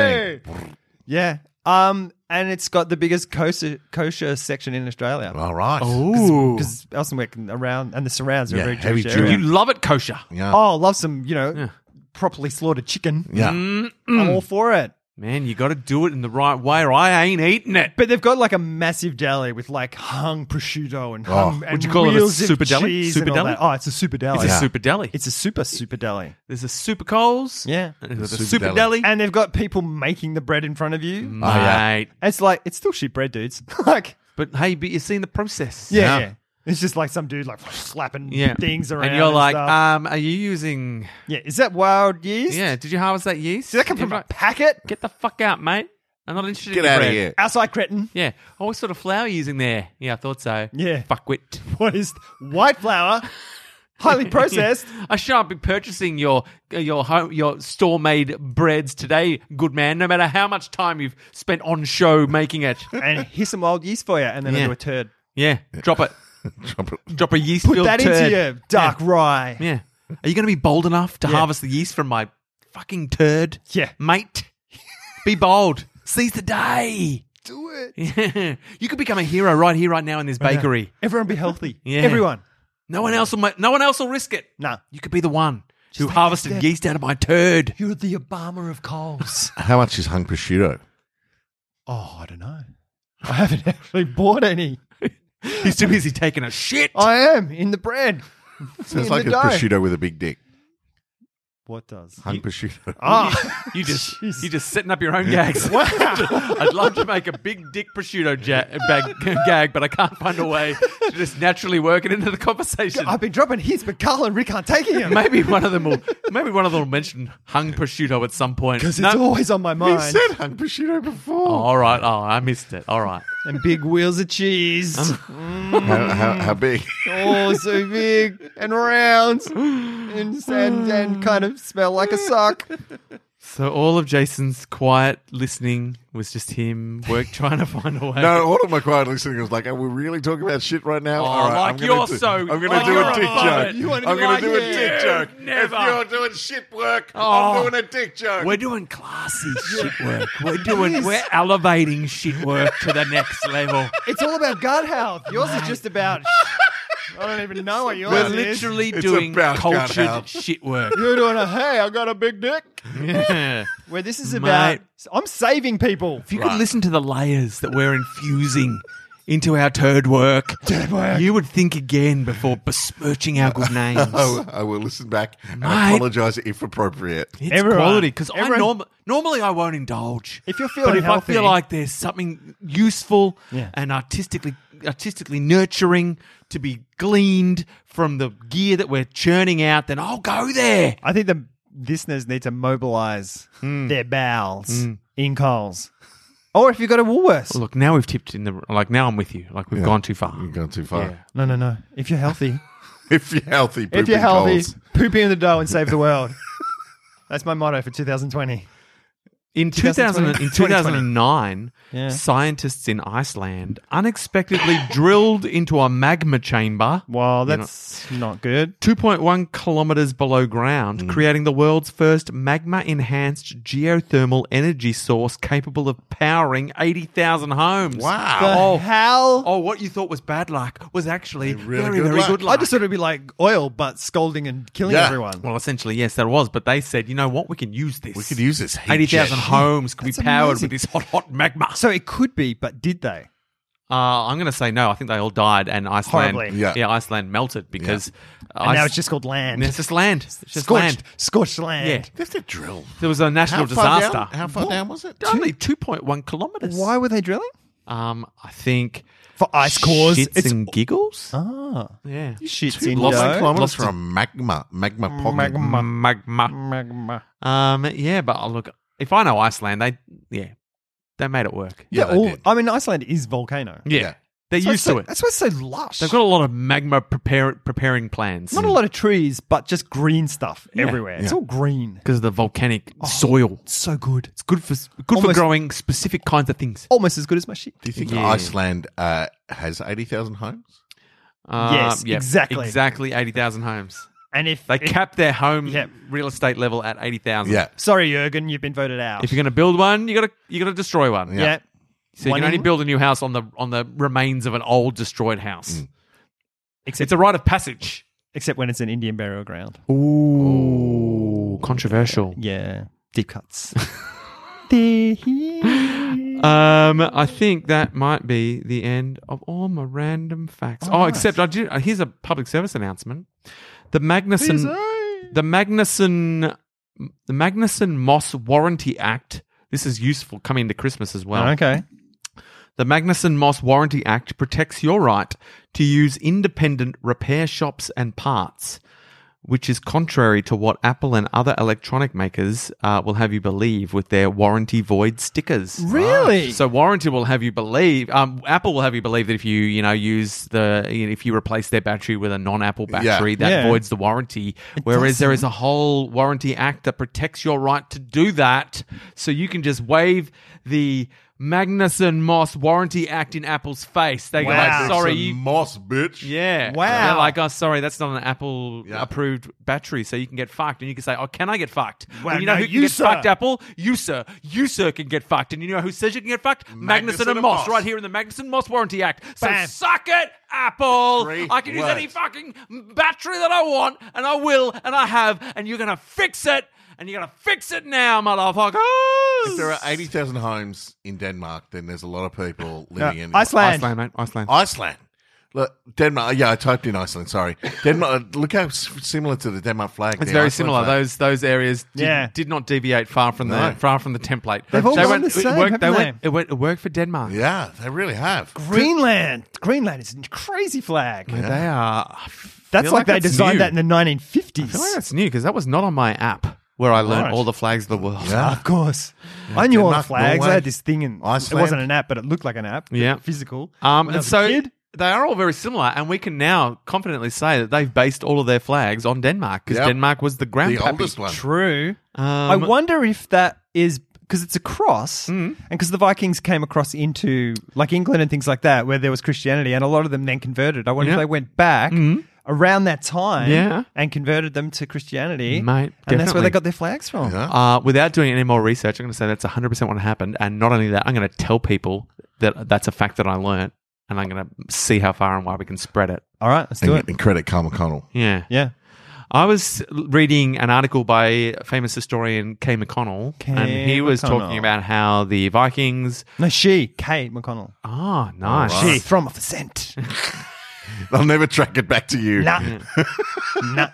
Speaker 1: thing.
Speaker 3: Yeah. Um, and it's got the biggest kosher, kosher section in Australia.
Speaker 1: All right.
Speaker 3: Oh.
Speaker 4: Ooh.
Speaker 3: Because Elsenwick and around and the surrounds are
Speaker 1: Yeah,
Speaker 3: very
Speaker 1: heavy
Speaker 3: Jewish.
Speaker 1: Jew-
Speaker 3: area.
Speaker 4: You love it kosher.
Speaker 1: Yeah.
Speaker 3: oh, love some, you know,
Speaker 4: Yeah. Mm.
Speaker 3: properly slaughtered chicken.
Speaker 1: Yeah.
Speaker 3: I'm all for it.
Speaker 4: Man, you got to do it in the right way or I ain't eating it.
Speaker 3: But they've got like a massive deli with like hung prosciutto and hung. and
Speaker 4: Would Oh, you call it a
Speaker 3: reels of
Speaker 4: super deli?
Speaker 3: cheese
Speaker 4: Super
Speaker 3: and all
Speaker 4: deli?
Speaker 3: that. Oh, it's a super deli.
Speaker 4: It's
Speaker 3: It's,
Speaker 4: a
Speaker 1: Yeah.
Speaker 4: super deli.
Speaker 3: a super, super deli.
Speaker 4: There's a super Coles.
Speaker 3: Yeah.
Speaker 4: There's a
Speaker 1: Super
Speaker 4: super,
Speaker 1: deli.
Speaker 4: deli.
Speaker 3: And they've got people making the bread in front of you.
Speaker 4: Mate.
Speaker 1: yeah.
Speaker 3: It's like, it's still shit bread, dudes. like,
Speaker 4: But hey, but you've seen the process.
Speaker 3: yeah.
Speaker 1: Yeah.
Speaker 3: yeah. It's just like some dude like slapping
Speaker 4: Yeah.
Speaker 3: things around.
Speaker 4: And you're like,
Speaker 3: stuff.
Speaker 4: um, are you using.
Speaker 3: Yeah, is that wild yeast?
Speaker 4: Yeah, did you harvest that yeast?
Speaker 3: Did that come
Speaker 4: Yeah,
Speaker 3: from a
Speaker 4: right.
Speaker 3: packet?
Speaker 4: Get the fuck out, mate. I'm not interested in
Speaker 1: Get
Speaker 4: your
Speaker 1: out of
Speaker 4: bread.
Speaker 1: here.
Speaker 3: Outside cretin.
Speaker 4: Yeah. Oh, what sort of flour are you using there? Yeah, I thought so.
Speaker 3: Yeah.
Speaker 4: Fuckwit.
Speaker 3: What is white flour? Highly processed.
Speaker 4: I shan't be purchasing your uh, your home, your store made breads today, good man. No matter how much time you've spent on show making it,
Speaker 3: And here's some wild yeast for you. And then
Speaker 4: Yeah.
Speaker 3: I do a turd.
Speaker 4: yeah, drop it,
Speaker 1: Drop it.
Speaker 4: drop a yeast.
Speaker 3: Put
Speaker 4: filled
Speaker 3: that
Speaker 4: turd.
Speaker 3: into your dark rye. Yeah.
Speaker 4: Yeah. Are you going to be bold enough to
Speaker 3: Yeah.
Speaker 4: harvest the yeast from my fucking turd?
Speaker 3: Yeah.
Speaker 4: Mate, be bold. Seize the day.
Speaker 3: Do it.
Speaker 4: Yeah. You could become a hero right here, right now in this bakery.
Speaker 3: Everyone be healthy.
Speaker 4: Yeah.
Speaker 3: Everyone.
Speaker 4: No one else will. ma- no one else will risk it.
Speaker 3: Nah.
Speaker 4: You could be the one who
Speaker 3: take that
Speaker 4: harvested
Speaker 3: step.
Speaker 4: yeast out of my turd.
Speaker 3: You're the Obama of coals.
Speaker 1: How much is hung prosciutto?
Speaker 3: oh, I don't know. I haven't actually bought any.
Speaker 4: He's too busy taking a shit.
Speaker 3: I am in the bread.
Speaker 1: Sounds
Speaker 3: In
Speaker 1: like a
Speaker 3: the dough.
Speaker 1: prosciutto with a big dick.
Speaker 3: What does?
Speaker 1: Hung prosciutto.
Speaker 3: Ah,
Speaker 4: You just
Speaker 3: Jeez.
Speaker 4: you just setting up your own gags. I'd love to make a big dick prosciutto ja- bag- gag, but I can't find a way to just naturally work it into the conversation.
Speaker 3: I've been dropping hints, but Carl and Rick aren't taking them
Speaker 4: Maybe one of them will. Maybe one of them will mention hung prosciutto at some point.
Speaker 3: because
Speaker 4: No.
Speaker 3: it's always on my mind.
Speaker 1: hung prosciutto before.
Speaker 4: Oh, all right. Oh, I missed it. All right.
Speaker 3: and big wheels of cheese.
Speaker 1: How, how, how big?
Speaker 3: oh, so big and round and, and, and kind of smell like a sock.
Speaker 4: So all of Jason's quiet listening was just him work trying to find a way.
Speaker 1: No, all of my quiet listening was like, "Are we really talking about shit right now?"
Speaker 4: Oh,
Speaker 1: all right,
Speaker 4: like
Speaker 1: I'm gonna
Speaker 4: you're
Speaker 1: do,
Speaker 4: so-
Speaker 1: I'm going to
Speaker 4: like
Speaker 1: do
Speaker 4: you're
Speaker 1: a dick
Speaker 4: above
Speaker 1: joke.
Speaker 4: it. You
Speaker 1: I'm
Speaker 3: wanna be
Speaker 1: going
Speaker 3: like,
Speaker 1: to do a
Speaker 3: yeah,
Speaker 1: dick joke.
Speaker 4: never.
Speaker 1: If you're doing shit work,
Speaker 4: Oh.
Speaker 1: I'm doing a dick joke.
Speaker 4: We're doing classy shit work. We're doing we're elevating shit work to the next level.
Speaker 3: It's all about gut health. Yours is just about. I don't even know what yours
Speaker 4: We're
Speaker 3: is.
Speaker 4: literally
Speaker 1: It's
Speaker 4: doing
Speaker 1: about gut
Speaker 4: cultured
Speaker 1: health.
Speaker 4: shit work.
Speaker 3: You're doing a hey, I got a big dick.
Speaker 4: Yeah.
Speaker 3: Where this is about,
Speaker 4: Mate.
Speaker 3: I'm saving people.
Speaker 4: If you could listen to the layers that we're infusing into our turd work, you would think again before besmirching our good names.
Speaker 1: Oh, I will listen back and
Speaker 4: Mate.
Speaker 1: apologize if appropriate.
Speaker 4: It's
Speaker 3: Everyone-
Speaker 4: quality because I
Speaker 3: everyone-
Speaker 4: norm- normally I won't indulge.
Speaker 3: If you're
Speaker 4: but
Speaker 3: feeling
Speaker 4: if
Speaker 3: healthy-
Speaker 4: I feel like there's something useful
Speaker 3: Yeah.
Speaker 4: and artistically artistically nurturing to be gleaned from the gear that we're churning out, then I'll go there.
Speaker 3: I think the listeners need to mobilize their bowels in Coles. Or if you've got a Woolworths.
Speaker 4: Look, now we've tipped in the like. Now I'm with you. Like we've gone too far.
Speaker 1: You've gone too far.
Speaker 3: No, no, no. If you're healthy.
Speaker 1: If you're healthy, poop
Speaker 3: if you're
Speaker 1: in
Speaker 3: healthy,
Speaker 1: Coles.
Speaker 3: poop in the dough and save the world. That's my motto for 2020.
Speaker 4: In 2000, in 2009,
Speaker 3: Yeah.
Speaker 4: scientists in Iceland unexpectedly drilled into a magma chamber
Speaker 3: Well, that's not good.
Speaker 4: 2.1 kilometers below ground,
Speaker 1: Hmm.
Speaker 4: creating the world's first magma enhanced geothermal energy source capable of powering 80,000 homes.
Speaker 1: Wow.
Speaker 3: The
Speaker 4: Oh,
Speaker 3: hell?
Speaker 4: oh, what you thought was bad luck was actually
Speaker 1: Really
Speaker 4: very,
Speaker 1: good
Speaker 4: very
Speaker 1: luck.
Speaker 4: good
Speaker 3: I
Speaker 4: luck.
Speaker 3: just thought it'd be like oil, but scolding and killing
Speaker 1: Yeah.
Speaker 3: everyone.
Speaker 4: well, essentially, yes, there was, but they said, you know what, we can use this.
Speaker 1: We could use this. heat
Speaker 4: 80,000
Speaker 1: jet.
Speaker 4: homes could
Speaker 3: That's
Speaker 4: be powered
Speaker 3: amazing.
Speaker 4: with this hot, hot magma.
Speaker 3: So it could be, but did they?
Speaker 4: Uh, I'm going to say no. I think they all died, and Iceland,
Speaker 3: Horribly.
Speaker 1: Yeah.
Speaker 4: Iceland melted because
Speaker 3: And
Speaker 4: ice-
Speaker 3: now it's just called land.
Speaker 4: it's just land. It's just
Speaker 3: scorched,
Speaker 4: land.
Speaker 3: scorched land.
Speaker 4: Yeah,
Speaker 1: They have to drill.
Speaker 4: there was a national
Speaker 1: How far
Speaker 4: disaster.
Speaker 1: down? How far down was it?
Speaker 4: Only 2.1 kilometers.
Speaker 3: Why were they drilling?
Speaker 4: Um, I think
Speaker 3: For ice cores.
Speaker 4: shits
Speaker 3: It's
Speaker 4: and giggles.
Speaker 3: ah,
Speaker 4: yeah,
Speaker 3: shits
Speaker 1: Two
Speaker 3: in
Speaker 1: lost Hmm.
Speaker 4: dough.
Speaker 1: kilometers
Speaker 4: Lost
Speaker 1: from magma, magma pocket.
Speaker 3: Magma.
Speaker 4: magma.
Speaker 3: Magma.
Speaker 4: Um, yeah, but I'll look, if I know Iceland, they yeah, they made it work.
Speaker 1: Yeah,
Speaker 3: Yeah,
Speaker 1: they
Speaker 3: all,
Speaker 1: did.
Speaker 3: I mean, Iceland is volcano.
Speaker 1: Yeah.
Speaker 4: Yeah, they're
Speaker 3: That's why
Speaker 4: used
Speaker 3: it's so,
Speaker 4: to it.
Speaker 3: That's why it's so lush.
Speaker 4: They've got a lot of magma prepare, preparing plans
Speaker 3: not a lot of trees, but just green stuff
Speaker 4: Yeah.
Speaker 3: everywhere. It's all green.
Speaker 4: because of the volcanic
Speaker 3: Oh.
Speaker 4: soil.
Speaker 3: So good.
Speaker 4: It's good for good for
Speaker 3: Almost-
Speaker 4: growing specific kinds of things.
Speaker 3: Almost as good as my shit.
Speaker 1: Do you think
Speaker 4: Yeah.
Speaker 1: Iceland uh, has 80,000 homes?
Speaker 4: Uh,
Speaker 3: Yes, exactly.
Speaker 4: Exactly 80,000 homes.
Speaker 3: And if
Speaker 4: They
Speaker 3: if-
Speaker 4: cap their home
Speaker 3: Yep.
Speaker 4: real estate level at 80,000.
Speaker 1: Yeah.
Speaker 3: Sorry, Jurgen, you've been voted out.
Speaker 4: If you're going to build one, you got to you got to destroy one.
Speaker 3: yeah.
Speaker 4: So you
Speaker 3: One
Speaker 4: can only
Speaker 3: in-
Speaker 4: build a new house on the on the remains of an old destroyed house.
Speaker 3: Except,
Speaker 4: It's a rite of passage.
Speaker 3: except when it's an Indian burial ground.
Speaker 4: Ooh, controversial.
Speaker 3: Yeah. Deep cuts. They're here.
Speaker 4: Um, I think that might be the end of all my random facts. Oh,
Speaker 3: nice.
Speaker 4: except I do. uh, Here's a public service announcement: the Magnuson, the Magnuson, the Magnuson Moss Warranty Act. This is useful coming to Christmas as well.
Speaker 3: Oh, okay.
Speaker 4: The Magnuson Moss Warranty Act protects your right to use independent repair shops and parts, which is contrary to what Apple and other electronic makers uh, will have you believe with their warranty void stickers.
Speaker 3: Really?
Speaker 4: So warranty will have you believe um, Apple will have you believe that if you you know use the you know, if you replace their battery with a non-Apple battery that
Speaker 3: Yeah.
Speaker 4: voids the warranty. whereas there is a whole warranty act that protects your right to do that, so you can just wave the Magnuson Moss Warranty Act in Apple's face. They go
Speaker 3: Wow.
Speaker 4: like, "Sorry,
Speaker 1: Some
Speaker 4: you."
Speaker 1: moss, bitch.
Speaker 4: Yeah.
Speaker 3: Wow.
Speaker 4: They're like, oh, sorry, that's not an Apple
Speaker 1: Yeah.
Speaker 4: approved battery, so you can get fucked. And you can say, oh, can I get fucked?
Speaker 3: Well,
Speaker 4: and you know
Speaker 3: no,
Speaker 4: who
Speaker 3: you,
Speaker 4: can get
Speaker 3: sir.
Speaker 4: fucked, Apple? You, sir. You, sir, can get fucked. And you know who says you can get fucked? Magnuson, and Moss, right here in the Magnuson Moss Warranty Act. So
Speaker 3: Bam.
Speaker 4: suck it, Apple.
Speaker 1: Three
Speaker 4: I can use any
Speaker 1: words.
Speaker 4: fucking battery that I want, and I will, and I have, and you're going to fix it. And you're going to fix it now, motherfuckers.
Speaker 1: If there are 80,000 homes in Denmark, then there's a lot of people living in
Speaker 3: Iceland.
Speaker 4: Iceland, mate. Iceland.
Speaker 1: Iceland. Look, Denmark. Yeah, I typed in Iceland. Sorry, Denmark. Look how s- similar to the Denmark flag.
Speaker 4: It's
Speaker 1: the
Speaker 4: very
Speaker 1: Iceland
Speaker 4: similar.
Speaker 1: flag.
Speaker 4: Those those areas did,
Speaker 3: Yeah.
Speaker 4: did not deviate far from
Speaker 1: No.
Speaker 4: the far from the template.
Speaker 3: They've all
Speaker 4: They
Speaker 3: gone
Speaker 4: went-
Speaker 3: the
Speaker 4: it
Speaker 3: same,
Speaker 4: worked- they
Speaker 3: haven't
Speaker 4: went- It went- it worked for Denmark.
Speaker 1: Yeah, they really have.
Speaker 3: Greenland. Greenland is a crazy flag.
Speaker 4: But They are. I feel
Speaker 3: That's like, they
Speaker 4: that's
Speaker 3: designed
Speaker 4: new.
Speaker 3: that in the 1950s.
Speaker 4: I feel like that's new because that was not on my app where I learned
Speaker 3: Right.
Speaker 4: all the flags of the world.
Speaker 1: Yeah.
Speaker 3: Of course. I knew all the
Speaker 1: Denmark,
Speaker 3: flags. I
Speaker 1: Norway,
Speaker 3: had this thing in
Speaker 1: Iceland.
Speaker 3: It wasn't an app, but it looked like an app.
Speaker 4: Yeah.
Speaker 3: Physical.
Speaker 4: Um,
Speaker 3: When I
Speaker 4: and
Speaker 3: was a
Speaker 4: so
Speaker 3: kid.
Speaker 4: they are all very similar, and we can now confidently say that they've based all of their flags on Denmark because
Speaker 1: Yep.
Speaker 4: Denmark was the
Speaker 1: The
Speaker 4: grandpappy.
Speaker 1: oldest one.
Speaker 3: True.
Speaker 4: Um,
Speaker 3: I wonder if that is because it's a cross
Speaker 4: Hmm.
Speaker 3: and because the Vikings came across into like England and things like that where there was Christianity and a lot of them then converted. I wonder if
Speaker 4: Yeah.
Speaker 3: they went back
Speaker 4: Hmm.
Speaker 3: around that time
Speaker 4: Yeah.
Speaker 3: and converted them to Christianity.
Speaker 4: Mate,
Speaker 3: and that's where
Speaker 4: definitely.
Speaker 3: they got their flags from.
Speaker 1: Yeah.
Speaker 4: Uh, without doing any more research, I'm going to say that's 100% what happened. And not only that, I'm going to tell people that that's a fact that I learnt, and I'm going to see how far and why we can spread it.
Speaker 3: All right, let's do
Speaker 1: And,
Speaker 3: it.
Speaker 1: and credit Carl McConnell.
Speaker 4: Yeah.
Speaker 3: Yeah.
Speaker 4: I was reading an article by famous historian Kay McConnell, and he was
Speaker 3: McConnell.
Speaker 4: talking about how the Vikings.
Speaker 3: No, she, Kate McConnell.
Speaker 4: Ah, nice.
Speaker 1: All right.
Speaker 3: She from a percent.
Speaker 1: I'll never track it back to you.
Speaker 3: nah. nah.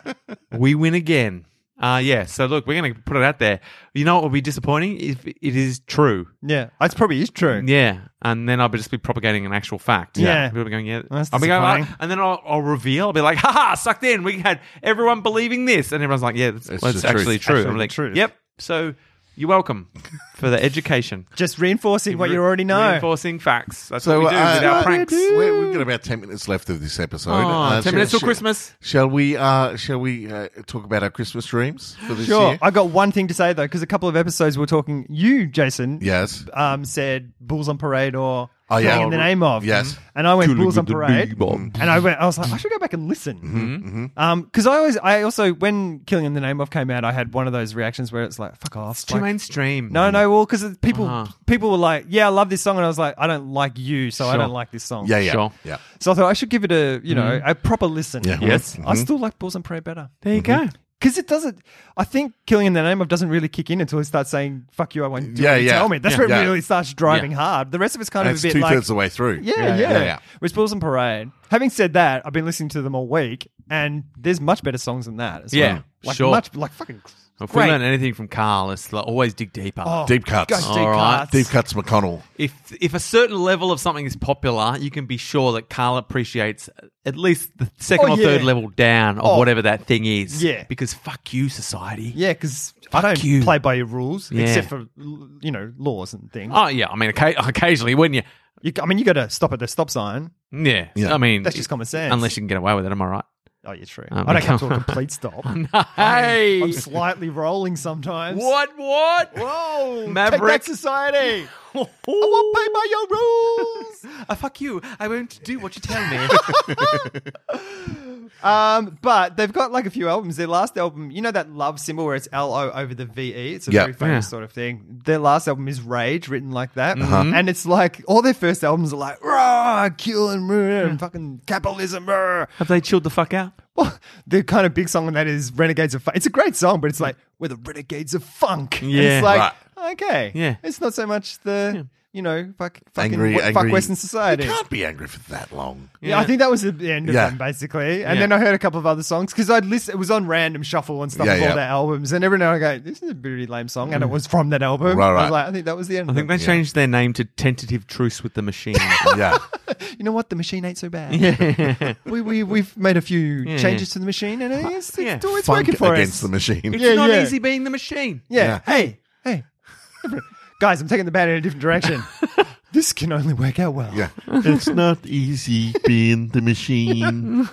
Speaker 4: We win again. Uh, yeah, so look, we're going to put it out there. You know what would be disappointing? If it is true.
Speaker 3: Yeah. That's probably is true.
Speaker 4: Yeah, and then I'll be just be propagating an actual fact.
Speaker 3: Yeah.
Speaker 4: people are going, yeah,
Speaker 3: That's
Speaker 4: I'll be going,
Speaker 3: disappointing.
Speaker 4: "Ah," and then I'll, I'll reveal. I'll be like, haha, sucked in. We had everyone believing this, and everyone's like, yeah, that's,
Speaker 1: It's
Speaker 4: well, it's
Speaker 1: the truth.
Speaker 4: actually true.
Speaker 3: Actually
Speaker 4: I'm
Speaker 3: the
Speaker 4: like,
Speaker 3: truth.
Speaker 4: yep. So you're welcome for the education.
Speaker 3: Just reinforcing what you already know.
Speaker 4: Reinforcing facts. That's
Speaker 1: So
Speaker 4: what we do
Speaker 1: uh,
Speaker 4: with our pranks.
Speaker 1: We're, we've got about ten minutes left of this episode.
Speaker 4: Aw,
Speaker 1: Uh,
Speaker 4: 10
Speaker 1: shall-
Speaker 4: minutes till
Speaker 1: shall-
Speaker 4: Christmas.
Speaker 1: Shall we? Uh, shall we uh, talk about our Christmas dreams for this
Speaker 3: Sure.
Speaker 1: year?
Speaker 3: I got one thing to say though, because a couple of episodes we were talking. You, Jason,
Speaker 1: yes.
Speaker 3: um, said "Bulls on Parade" or
Speaker 1: Oh, yeah.
Speaker 3: "Flag in the Name of." Mm-hmm.
Speaker 1: Yes.
Speaker 3: and I went
Speaker 1: Tulip
Speaker 3: "Bulls on
Speaker 1: with the
Speaker 3: Parade,"
Speaker 1: big
Speaker 3: and I went. I was like, I should go back and listen.
Speaker 1: Mm-hmm.
Speaker 3: Um, because I always, I also, when "Killing in the Name of" came out, I had one of those reactions where it's like, "Fuck off."
Speaker 4: It's too
Speaker 3: like-
Speaker 4: mainstream.
Speaker 3: no, no, well, because people
Speaker 4: Uh-huh.
Speaker 3: people were like, "Yeah, I love this song," and I was like, "I don't like you, so I
Speaker 4: Sure.
Speaker 3: don't like this song."
Speaker 1: Yeah, yeah,
Speaker 4: Sure.
Speaker 1: yeah.
Speaker 3: So I thought I should give it a you know a proper listen.
Speaker 1: Yeah.
Speaker 4: Yes.
Speaker 1: Mm-hmm.
Speaker 3: I still like "Bulls on Parade" better.
Speaker 4: Mm-hmm. There you go.
Speaker 3: Because it doesn't. I think killing in the name of doesn't really kick in until it starts saying "fuck you." I won't. Do
Speaker 1: Yeah,
Speaker 3: yeah, yeah.
Speaker 1: yeah.
Speaker 3: Tell me. That's
Speaker 1: Yeah.
Speaker 3: where
Speaker 1: Yeah.
Speaker 3: it really starts driving hard. The rest of it's kind
Speaker 1: That's
Speaker 3: of a
Speaker 1: two
Speaker 3: bit like.
Speaker 1: thirds of the way through.
Speaker 3: yeah, yeah,
Speaker 1: yeah, yeah.
Speaker 3: Which Bulls and Parade. Having said that, I've been listening to them all week, and there's much better songs than that. As
Speaker 4: Yeah,
Speaker 3: well. like
Speaker 4: sure.
Speaker 3: much like fucking.
Speaker 4: If we
Speaker 3: great.
Speaker 4: learn anything from Carl, it's like always dig deeper.
Speaker 3: Oh,
Speaker 1: Deep cuts.
Speaker 3: gosh, deep
Speaker 4: All right.
Speaker 3: cuts.
Speaker 1: Deep cuts McConnell.
Speaker 4: If if a certain level of something is popular, you can be sure that Carl appreciates at least the second
Speaker 3: Oh,
Speaker 4: or
Speaker 3: yeah.
Speaker 4: third level down of
Speaker 3: Oh.
Speaker 4: whatever that thing is.
Speaker 3: Yeah.
Speaker 4: Because fuck you, society.
Speaker 3: Yeah, because I don't
Speaker 4: you.
Speaker 3: play by your rules
Speaker 4: Yeah.
Speaker 3: except for you know laws and things.
Speaker 4: Oh yeah. I mean, occa- occasionally when you,
Speaker 3: You, I mean, you got to stop at the stop sign.
Speaker 4: yeah.
Speaker 1: Yeah.
Speaker 4: I mean,
Speaker 3: That's just common sense.
Speaker 4: unless you can get away with it. Am I right?
Speaker 3: oh, you're true.
Speaker 4: Um,
Speaker 3: I don't come
Speaker 4: okay.
Speaker 3: to a complete stop.
Speaker 4: Hey.
Speaker 3: I'm slightly rolling sometimes.
Speaker 4: what? What?
Speaker 3: Whoa!
Speaker 4: Maverick.
Speaker 3: Take back society.
Speaker 4: I
Speaker 3: I won't pay by your rules.
Speaker 4: fuck you. I won't do what you tell me.
Speaker 3: um, but they've got like a few albums. Their last album, you know that love symbol where it's L O over the V E. It's a
Speaker 1: Yeah.
Speaker 3: very famous
Speaker 4: Yeah.
Speaker 3: sort of thing. Their last album is Rage, written like that,
Speaker 4: Mm-hmm.
Speaker 3: and it's like all their first albums are like rah, kill and murder and fucking capitalism. Rah.
Speaker 4: Have they chilled the fuck out?
Speaker 3: Well, the kind of big song on that is Renegades of Funk. It's a great song, but it's like we're the Renegades of Funk. And
Speaker 4: Yeah.
Speaker 3: it's like okay,
Speaker 4: Yeah.
Speaker 3: it's not so much the you know fuck fucking
Speaker 1: Angry,
Speaker 3: wa- fuck
Speaker 1: angry.
Speaker 3: Western society.
Speaker 1: You can't be angry for that long.
Speaker 3: Yeah, I think that was the end of
Speaker 1: Yeah.
Speaker 3: them basically. And
Speaker 4: Yeah.
Speaker 3: then I heard a couple of other songs because I'd listen. It was on random shuffle and stuff
Speaker 1: Yeah,
Speaker 3: of all
Speaker 1: yeah. Mm.
Speaker 3: their albums. And every now and I go, "This is a pretty lame song," and it was from that album.
Speaker 1: Right,
Speaker 3: I was
Speaker 1: right.
Speaker 3: like, I think that was the end.
Speaker 4: I
Speaker 3: of
Speaker 4: think
Speaker 3: them.
Speaker 4: they changed their name to Tentative Truce with the Machine.
Speaker 1: Yeah.
Speaker 3: You know what? The machine ain't so bad. we we we've made a few changes to the machine, and it's, it's,
Speaker 4: Yeah.
Speaker 3: it's
Speaker 1: Funk
Speaker 3: working for
Speaker 1: against
Speaker 3: us.
Speaker 1: the machine.
Speaker 4: It's
Speaker 3: Yeah,
Speaker 4: not
Speaker 3: yeah.
Speaker 4: easy being the machine.
Speaker 3: Yeah.
Speaker 1: Yeah.
Speaker 3: Hey, hey. Guys, I'm taking the band in a different direction. this can only work out well.
Speaker 1: Yeah. it's not easy being the machine.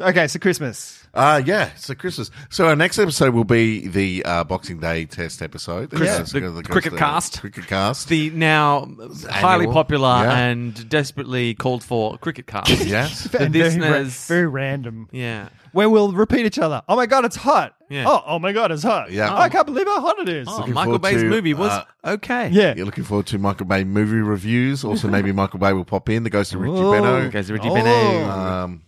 Speaker 3: Okay, so Christmas.
Speaker 1: Uh, yeah, so Christmas. So our next episode will be the uh, Boxing Day test episode.
Speaker 4: Chris-
Speaker 1: Uh, so
Speaker 4: the cricket cast.
Speaker 1: Cricket cast.
Speaker 4: The now highly
Speaker 1: annual.
Speaker 4: popular
Speaker 1: Yeah.
Speaker 4: and desperately called for cricket card.
Speaker 1: yes.
Speaker 4: The
Speaker 3: And very ra-
Speaker 4: listeners-
Speaker 3: Very, random.
Speaker 4: Yeah.
Speaker 3: Where we'll repeat each other. Oh my god, it's hot.
Speaker 4: Yeah.
Speaker 3: Oh, oh my god, it's hot.
Speaker 1: Yeah.
Speaker 3: Oh, I can't believe how hot it is.
Speaker 4: Oh,
Speaker 1: Looking
Speaker 4: Michael
Speaker 1: forward
Speaker 4: Bay's
Speaker 1: to,
Speaker 4: movie was
Speaker 1: uh,
Speaker 4: okay.
Speaker 3: Yeah.
Speaker 1: You're looking forward to Michael Bay movie reviews. Also, maybe Michael Bay will pop in. The Ghost of Richie
Speaker 3: Ooh.
Speaker 1: Beno.
Speaker 4: Goes to Richie
Speaker 3: Oh.
Speaker 4: Beno.
Speaker 1: Um,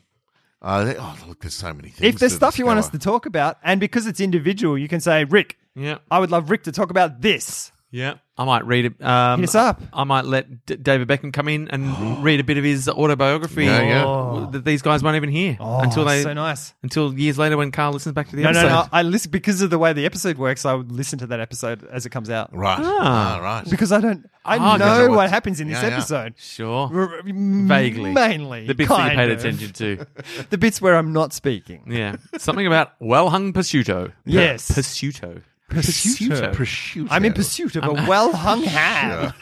Speaker 1: uh, they- oh, look, there's so many things.
Speaker 3: If there's
Speaker 1: to
Speaker 3: stuff you want us
Speaker 1: discover.
Speaker 3: to talk about, and because it's individual, you can say, Rick,
Speaker 4: Yeah.
Speaker 3: I would love Rick to talk about this.
Speaker 4: Yeah. I might read it. Um,
Speaker 3: Hit us up.
Speaker 4: I might let D- David Beckham come in and read a bit of his autobiography
Speaker 1: Yeah, yeah.
Speaker 4: w- that these guys won't even hear
Speaker 3: Oh,
Speaker 4: until they
Speaker 3: so nice.
Speaker 4: until years later when Carl listens back to the
Speaker 3: No,
Speaker 4: episode.
Speaker 3: no, no. I listen because of the way the episode works, I would listen to that episode as it comes out.
Speaker 1: Right. Ah, right.
Speaker 3: Because I don't I
Speaker 4: Ah, 'cause
Speaker 1: I
Speaker 3: know
Speaker 1: want
Speaker 3: what
Speaker 1: to-
Speaker 3: happens in this
Speaker 1: Yeah, yeah.
Speaker 3: episode.
Speaker 4: Sure.
Speaker 3: R- m-
Speaker 4: Vaguely.
Speaker 3: Mainly.
Speaker 4: The bits that you
Speaker 3: kind
Speaker 4: paid
Speaker 3: of.
Speaker 4: attention to.
Speaker 3: The bits where I'm not speaking.
Speaker 4: Yeah. Something about well hung prosciutto.
Speaker 3: Yes.
Speaker 4: Prosciutto.
Speaker 3: Prosciutto.
Speaker 1: Prosciutto.
Speaker 3: I'm in pursuit of a well hung ham.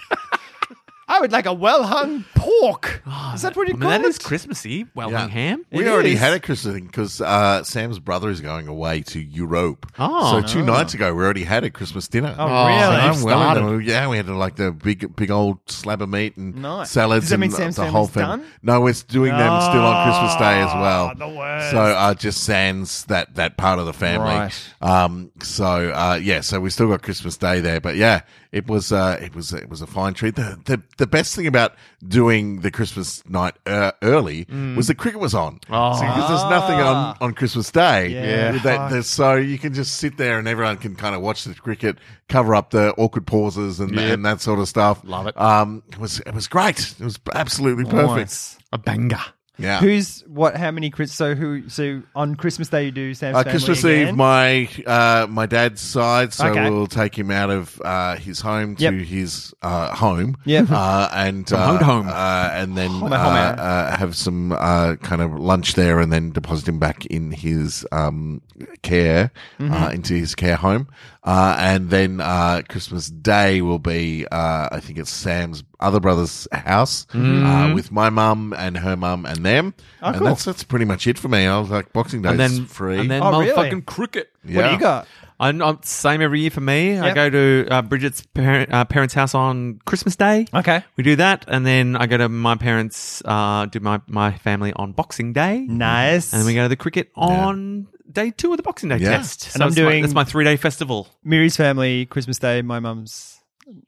Speaker 3: I would like a well hung pork. is that what you
Speaker 4: Ah, I mean,
Speaker 3: call
Speaker 4: that
Speaker 3: it?
Speaker 4: is Christmassy. Well hung ham.
Speaker 1: We
Speaker 3: It
Speaker 1: already
Speaker 3: is.
Speaker 1: had a Christmas thing because uh, Sam's brother is going away to Europe.
Speaker 4: Oh.
Speaker 1: so two nights ago we already had a Christmas dinner.
Speaker 3: Oh, Ah. Oh, really?
Speaker 1: So I'm
Speaker 3: you've
Speaker 1: well into-
Speaker 4: started.
Speaker 1: yeah, we had like the big, big old slab of meat and
Speaker 3: Nice.
Speaker 1: salads.
Speaker 3: Does that mean
Speaker 1: and
Speaker 3: Sam's
Speaker 1: the whole
Speaker 3: family's
Speaker 1: fam-
Speaker 3: done?
Speaker 1: No, we're doing them still on Christmas Day as well.
Speaker 3: Ah, the worst.
Speaker 1: So uh, just sans that that part of the family.
Speaker 3: Right.
Speaker 1: Um. So uh, yeah. So we still got Christmas Day there, but yeah, it was uh, it was it was a fine treat. The the, the best thing about doing watching the Christmas night uh, early was the cricket was on.
Speaker 4: Oh.
Speaker 1: So, 'cause there's nothing on, on Christmas Day.
Speaker 3: Yeah.
Speaker 1: With That, there's- so you can just sit there and everyone can kind of watch the cricket, cover up the awkward pauses and, and that sort of stuff.
Speaker 4: Love it.
Speaker 1: Um, it was it was great. It was absolutely perfect.
Speaker 4: A banger.
Speaker 1: Yeah.
Speaker 3: Who's what? How many? Chris, so who? So on Christmas Day you do Sam's
Speaker 1: Uh,
Speaker 3: family
Speaker 1: Christmas
Speaker 3: again?
Speaker 1: Eve, my uh, my dad's side, so
Speaker 3: Okay.
Speaker 1: we'll take him out of uh, his home to
Speaker 3: Yep.
Speaker 1: his uh, home,
Speaker 3: Yep.
Speaker 1: uh, and
Speaker 4: home
Speaker 1: uh,
Speaker 4: to home.
Speaker 1: uh, and then uh,
Speaker 3: to home, eh?
Speaker 1: uh, have some uh, kind of lunch there, and then deposit him back in his um, care
Speaker 3: Mm-hmm.
Speaker 1: uh, into his care home, uh, and then uh, Christmas Day will be, uh, I think it's Sam's other brother's house uh, with my mum and her mum and them, and
Speaker 3: Mm-hmm. Oh, cool.
Speaker 1: that's that's pretty much it for me. I was like Boxing Day
Speaker 4: And then
Speaker 1: free,
Speaker 4: And then
Speaker 3: Oh, really?
Speaker 4: motherfucking cricket.
Speaker 3: What do you got?
Speaker 4: I'm, I'm same every year for me. I
Speaker 3: Yep.
Speaker 4: go to uh, Bridget's parent, uh, parents' house on Christmas Day.
Speaker 3: Okay.
Speaker 4: We do that, and then I go to my parents, uh, do my, my family on Boxing Day,
Speaker 3: Nice.
Speaker 4: and then we go to the cricket on day two of the Boxing Day
Speaker 1: Yeah.
Speaker 4: test.
Speaker 3: And I'm
Speaker 4: it's
Speaker 3: doing-
Speaker 4: my, it's my three day festival.
Speaker 3: Miri's family Christmas Day. My mum's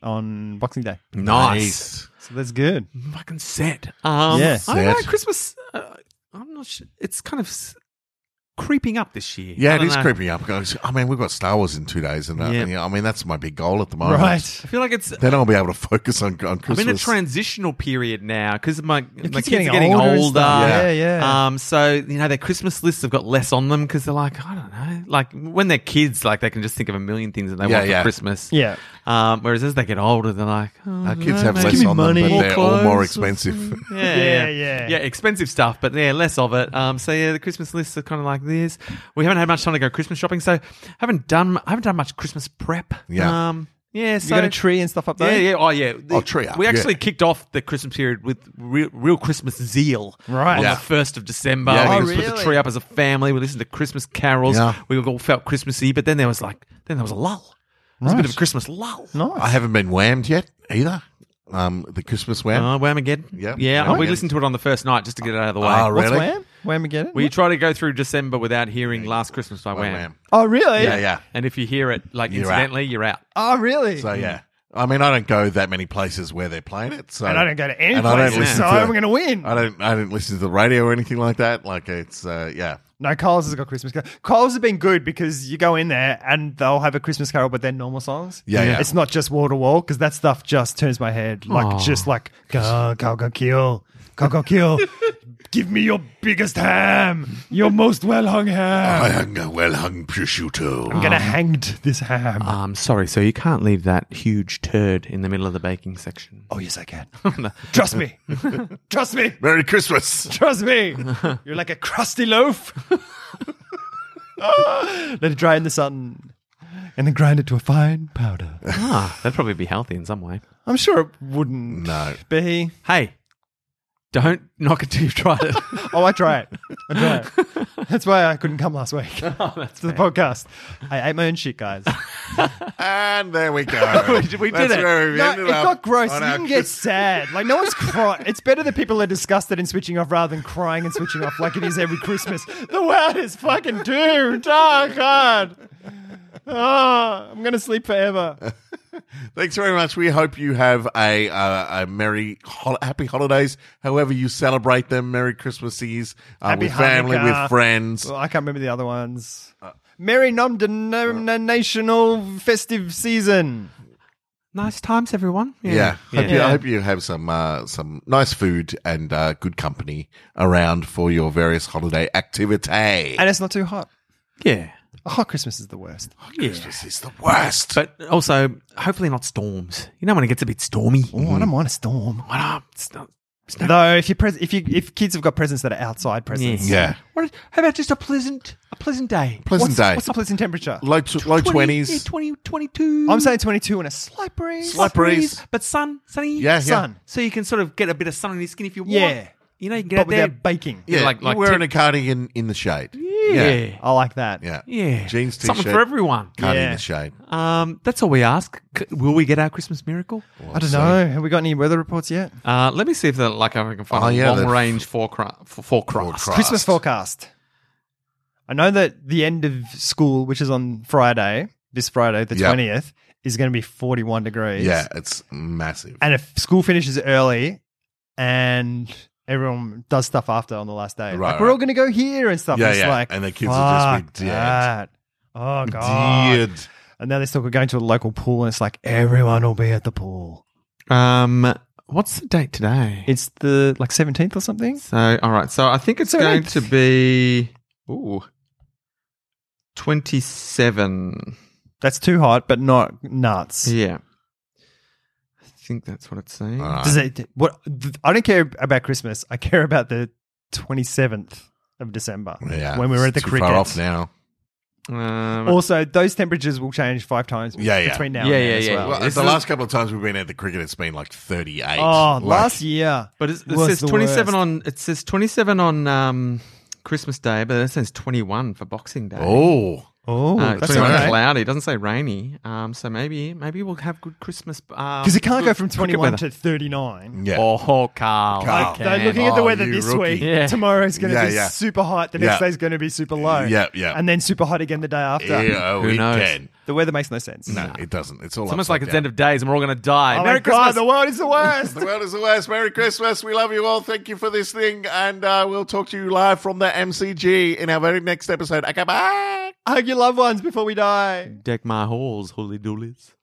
Speaker 3: on Boxing Day.
Speaker 4: Nice,
Speaker 3: So that's good.
Speaker 4: fucking set. Um,
Speaker 3: Yeah.
Speaker 4: I don't know,
Speaker 1: Set.
Speaker 4: Christmas. Uh, I'm not. Sure. It's kind of s- creeping up this year. I
Speaker 1: Yeah, it
Speaker 4: don't
Speaker 1: is
Speaker 4: know.
Speaker 1: creeping up. guys. I mean, we've got Star Wars in two days, and uh,
Speaker 4: Yeah.
Speaker 1: yeah, I mean that's my big goal at the moment.
Speaker 3: Right.
Speaker 4: I feel like it's
Speaker 1: Then I'll be able to focus on, on
Speaker 4: I'm
Speaker 1: Christmas.
Speaker 4: in a transitional period now because my, my
Speaker 3: kids
Speaker 4: kids
Speaker 3: getting
Speaker 4: are getting
Speaker 3: older and
Speaker 4: older.
Speaker 3: stuff. Yeah, yeah.
Speaker 4: Um, so you know their Christmas lists have got less on them because they're like, I don't know, like when they're kids, like they can just think of a million things that they
Speaker 1: Yeah,
Speaker 4: want for
Speaker 1: yeah.
Speaker 4: Christmas.
Speaker 3: Yeah.
Speaker 4: Um, whereas as they get older, they're like, oh,
Speaker 1: Our kids
Speaker 4: no,
Speaker 1: have
Speaker 4: mate.
Speaker 1: less
Speaker 3: me
Speaker 1: on
Speaker 3: money.
Speaker 1: them, but
Speaker 3: More
Speaker 1: they're all more
Speaker 4: clothes or
Speaker 1: expensive.
Speaker 4: Yeah,
Speaker 3: Yeah,
Speaker 4: yeah,
Speaker 3: yeah.
Speaker 4: yeah, expensive stuff, but yeah, less of it. Um, so yeah, the Christmas lists are kind of like this. We haven't had much time to go Christmas shopping, so haven't done I haven't done much Christmas prep.
Speaker 1: Yeah.
Speaker 4: um, yeah.
Speaker 3: You eh?
Speaker 4: So
Speaker 3: got a tree and stuff up there.
Speaker 4: yeah, yeah, oh yeah.
Speaker 1: Oh, tree up,
Speaker 4: We
Speaker 1: yeah.
Speaker 4: actually kicked off the Christmas period with real, real Christmas zeal.
Speaker 3: Right.
Speaker 4: On
Speaker 1: Yeah.
Speaker 4: the 1st of December.
Speaker 1: Yeah,
Speaker 4: we
Speaker 1: Oh,
Speaker 4: just put
Speaker 3: really?
Speaker 4: the tree up as a family. We listened to Christmas carols.
Speaker 1: Yeah.
Speaker 4: We all felt Christmassy, but then there was like, then there was a lull. There was a bit of a Christmas lull.
Speaker 1: I haven't been whammed yet either. Um, the Christmas wham.
Speaker 3: Oh,
Speaker 4: Uh, Whamageddon.
Speaker 1: Yeah,
Speaker 4: Yeah. oh,
Speaker 1: Whamageddon.
Speaker 4: we listened to it on the first night just to get it out of the way.
Speaker 1: Ah,
Speaker 3: What's
Speaker 1: really?
Speaker 3: Wham? Wham again?
Speaker 4: We try to go through December without hearing Last Christmas by
Speaker 1: Oh,
Speaker 4: Wham.
Speaker 1: wham.
Speaker 3: oh, really?
Speaker 1: Yeah, yeah.
Speaker 4: And if you hear it, like
Speaker 1: You're out.
Speaker 4: incidentally, you're out.
Speaker 3: Oh, really?
Speaker 1: So yeah, I mean, I don't go that many places where they're playing it. So
Speaker 3: and I don't go to any
Speaker 1: and I don't
Speaker 3: places,
Speaker 1: listen
Speaker 3: so
Speaker 1: to-
Speaker 3: I'm going to win.
Speaker 1: I don't. I don't listen to the radio or anything like that. Like it's uh, yeah.
Speaker 3: No, Coles has got Christmas carol. Coles have been good because you go in there and they'll have a Christmas carol, but they're normal songs.
Speaker 1: Yeah, yeah.
Speaker 3: It's not just wall to wall because that stuff just turns my head. Like, just like, go, go, go, kill. Go, go, kill. Give me your biggest ham. Your most well hung ham.
Speaker 1: I hung a well hung prosciutto.
Speaker 3: Oh. I'm going to hanged this ham.
Speaker 4: Um, sorry, so you can't leave that huge turd in the middle of the baking section.
Speaker 3: oh, yes, I can. Trust me. Trust me.
Speaker 1: Merry Christmas.
Speaker 3: Trust me. You're like a crusty loaf. Let it dry in the sun and then grind it to a fine powder.
Speaker 4: Ah, that'd probably be healthy in some way.
Speaker 3: I'm sure it wouldn't
Speaker 1: No.
Speaker 3: be.
Speaker 4: Hey, don't knock it till you've tried it.
Speaker 3: Oh, I try it. I try it. That's why I couldn't come last week to the podcast. I ate my own shit, guys.
Speaker 1: And there we go.
Speaker 4: We did- we did
Speaker 1: That's
Speaker 4: it.
Speaker 1: Where we
Speaker 3: No,
Speaker 1: ended
Speaker 3: it
Speaker 1: up
Speaker 3: got gross. You
Speaker 1: on our
Speaker 3: can get sad. Like no one's crying. It's better that people are disgusted and switching off rather than crying and switching off like it is every Christmas. The world is fucking doomed. Oh god. Oh, I'm gonna sleep forever.
Speaker 1: Thanks very much. We hope you have a uh, a merry, hol- happy holidays. However you celebrate them, merry Christmases uh,
Speaker 3: Happy
Speaker 1: with family,
Speaker 3: Hanukkah.
Speaker 1: with friends.
Speaker 3: Well, I can't remember the other ones. Merry
Speaker 1: Uh.
Speaker 3: non-denominational festive season.
Speaker 4: nice times, everyone.
Speaker 1: yeah, Hope you,
Speaker 3: Yeah.
Speaker 1: I hope you have some uh, some nice food and uh, good company around for your various holiday activity.
Speaker 3: And it's not too hot.
Speaker 4: Yeah.
Speaker 3: A hot Christmas is the worst.
Speaker 1: Christmas is the worst.
Speaker 4: But also, hopefully not storms. You know when it gets a bit stormy.
Speaker 3: Oh, I don't mind a storm.
Speaker 4: What up? It's not-
Speaker 3: Though, if you pres- if you if kids have got presents that are outside presents,
Speaker 1: yeah,
Speaker 4: What, how about just a pleasant, a pleasant day?
Speaker 1: pleasant
Speaker 3: What's,
Speaker 1: day.
Speaker 3: what's the pleasant temperature?
Speaker 1: low t- low
Speaker 4: 20, yeah,
Speaker 1: twenties.
Speaker 4: 20, 22.
Speaker 3: I'm saying 22 and a slight breeze.
Speaker 1: Slight breeze.
Speaker 4: but sun, sunny.
Speaker 1: Yeah, yeah.
Speaker 3: Sun.
Speaker 4: So you can sort of get a bit of sun on your skin if you want.
Speaker 3: Yeah.
Speaker 4: You know, you
Speaker 3: But
Speaker 4: can get out there.
Speaker 3: without baking.
Speaker 1: Yeah,
Speaker 4: like-
Speaker 1: like,
Speaker 4: like
Speaker 1: wearing
Speaker 4: t-
Speaker 1: a cardigan in the shade.
Speaker 4: yeah.
Speaker 3: I like that.
Speaker 1: yeah,
Speaker 4: Yeah.
Speaker 1: Jeans, t-shirt,
Speaker 4: Something for everyone.
Speaker 1: cardigan in
Speaker 3: Yeah.
Speaker 1: the shade.
Speaker 4: Um, that's all we ask. C- will we get our Christmas miracle?
Speaker 3: I don't know. Have we got any weather reports yet?
Speaker 4: Uh, let me see if the, like I can find
Speaker 1: Oh,
Speaker 4: a
Speaker 1: yeah, the-
Speaker 4: long range forecast. forecast.
Speaker 1: Forecast.
Speaker 3: Christmas forecast. I know that the end of school, which is on Friday, this Friday, the
Speaker 1: Yeah.
Speaker 3: 20th, is going to be 41 degrees.
Speaker 1: Yeah, it's massive.
Speaker 3: And if school finishes early and everyone does stuff after on the last day.
Speaker 1: Right,
Speaker 3: like we're all
Speaker 1: right.
Speaker 3: going to go here and stuff.
Speaker 1: Yeah,
Speaker 3: it's
Speaker 1: yeah,
Speaker 3: like
Speaker 1: and the kids will just be
Speaker 3: fuck
Speaker 1: dead.
Speaker 3: that. Oh god.
Speaker 1: Dead.
Speaker 3: And now they still going to a local pool, and it's like everyone will be at the pool.
Speaker 4: Um, what's the date today?
Speaker 3: It's the like seventeenth or something.
Speaker 4: So, all right. So I think it's
Speaker 3: So
Speaker 4: going
Speaker 3: it's-
Speaker 4: to be ooh, twenty-seven.
Speaker 3: That's too hot, but not nuts.
Speaker 4: Yeah, I think that's what it's saying.
Speaker 1: All right.
Speaker 3: Does it? What? th- I don't care about Christmas. I care about the twenty seventh of December.
Speaker 1: Yeah,
Speaker 3: when we were at the
Speaker 1: it's too far
Speaker 3: cricket.
Speaker 1: off now.
Speaker 4: Um,
Speaker 3: Also, those temperatures will change five times.
Speaker 1: Yeah, yeah.
Speaker 3: Between now
Speaker 4: Yeah,
Speaker 3: and
Speaker 4: yeah,
Speaker 3: then
Speaker 4: yeah.
Speaker 3: as well.
Speaker 1: Well,
Speaker 4: this
Speaker 1: the
Speaker 4: is-
Speaker 1: last couple of times we've been at the cricket, it's been like thirty-eight.
Speaker 3: Oh,
Speaker 1: Like,
Speaker 3: last year.
Speaker 4: but it's, it
Speaker 3: was
Speaker 4: says
Speaker 3: the
Speaker 4: twenty-seven
Speaker 3: worst.
Speaker 4: on. It says twenty-seven on um, Christmas Day, but it says twenty-one for Boxing Day.
Speaker 1: Oh,
Speaker 3: Oh,
Speaker 4: Uh,
Speaker 3: that's
Speaker 4: 21
Speaker 1: alright.
Speaker 4: cloudy. It doesn't say rainy. Um, so maybe maybe we'll have good Christmas.
Speaker 3: Because it can't go from twenty one to
Speaker 4: weather.
Speaker 3: thirty nine.
Speaker 1: yeah.
Speaker 4: Oh, Carl.
Speaker 1: Carl.
Speaker 4: okay.
Speaker 3: They're looking at the
Speaker 1: Oh,
Speaker 3: weather
Speaker 1: you
Speaker 3: this
Speaker 1: rookie.
Speaker 3: week.
Speaker 4: Yeah.
Speaker 3: Tomorrow's going to
Speaker 1: Yeah,
Speaker 3: be
Speaker 1: yeah.
Speaker 3: super hot. The next
Speaker 1: Yeah.
Speaker 3: day's going to be super low.
Speaker 1: Yeah, yeah.
Speaker 3: And then super hot again the day after.
Speaker 1: yeah,
Speaker 4: Who
Speaker 1: we
Speaker 4: knows?
Speaker 1: can.
Speaker 3: The weather makes no sense.
Speaker 1: No, it doesn't. It's all
Speaker 4: It's almost like it's
Speaker 1: end
Speaker 4: end of days and we're all going to die.
Speaker 3: Oh
Speaker 4: Merry
Speaker 3: my God,
Speaker 4: Christmas.
Speaker 3: the world is the worst.
Speaker 1: The world is the worst. Merry Christmas. We love you all. Thank you for this thing. And uh, we'll talk to you live from the MCG in our very next episode. Okay, bye.
Speaker 3: Hug your loved ones before we die.
Speaker 4: Deck my halls, holy doolies.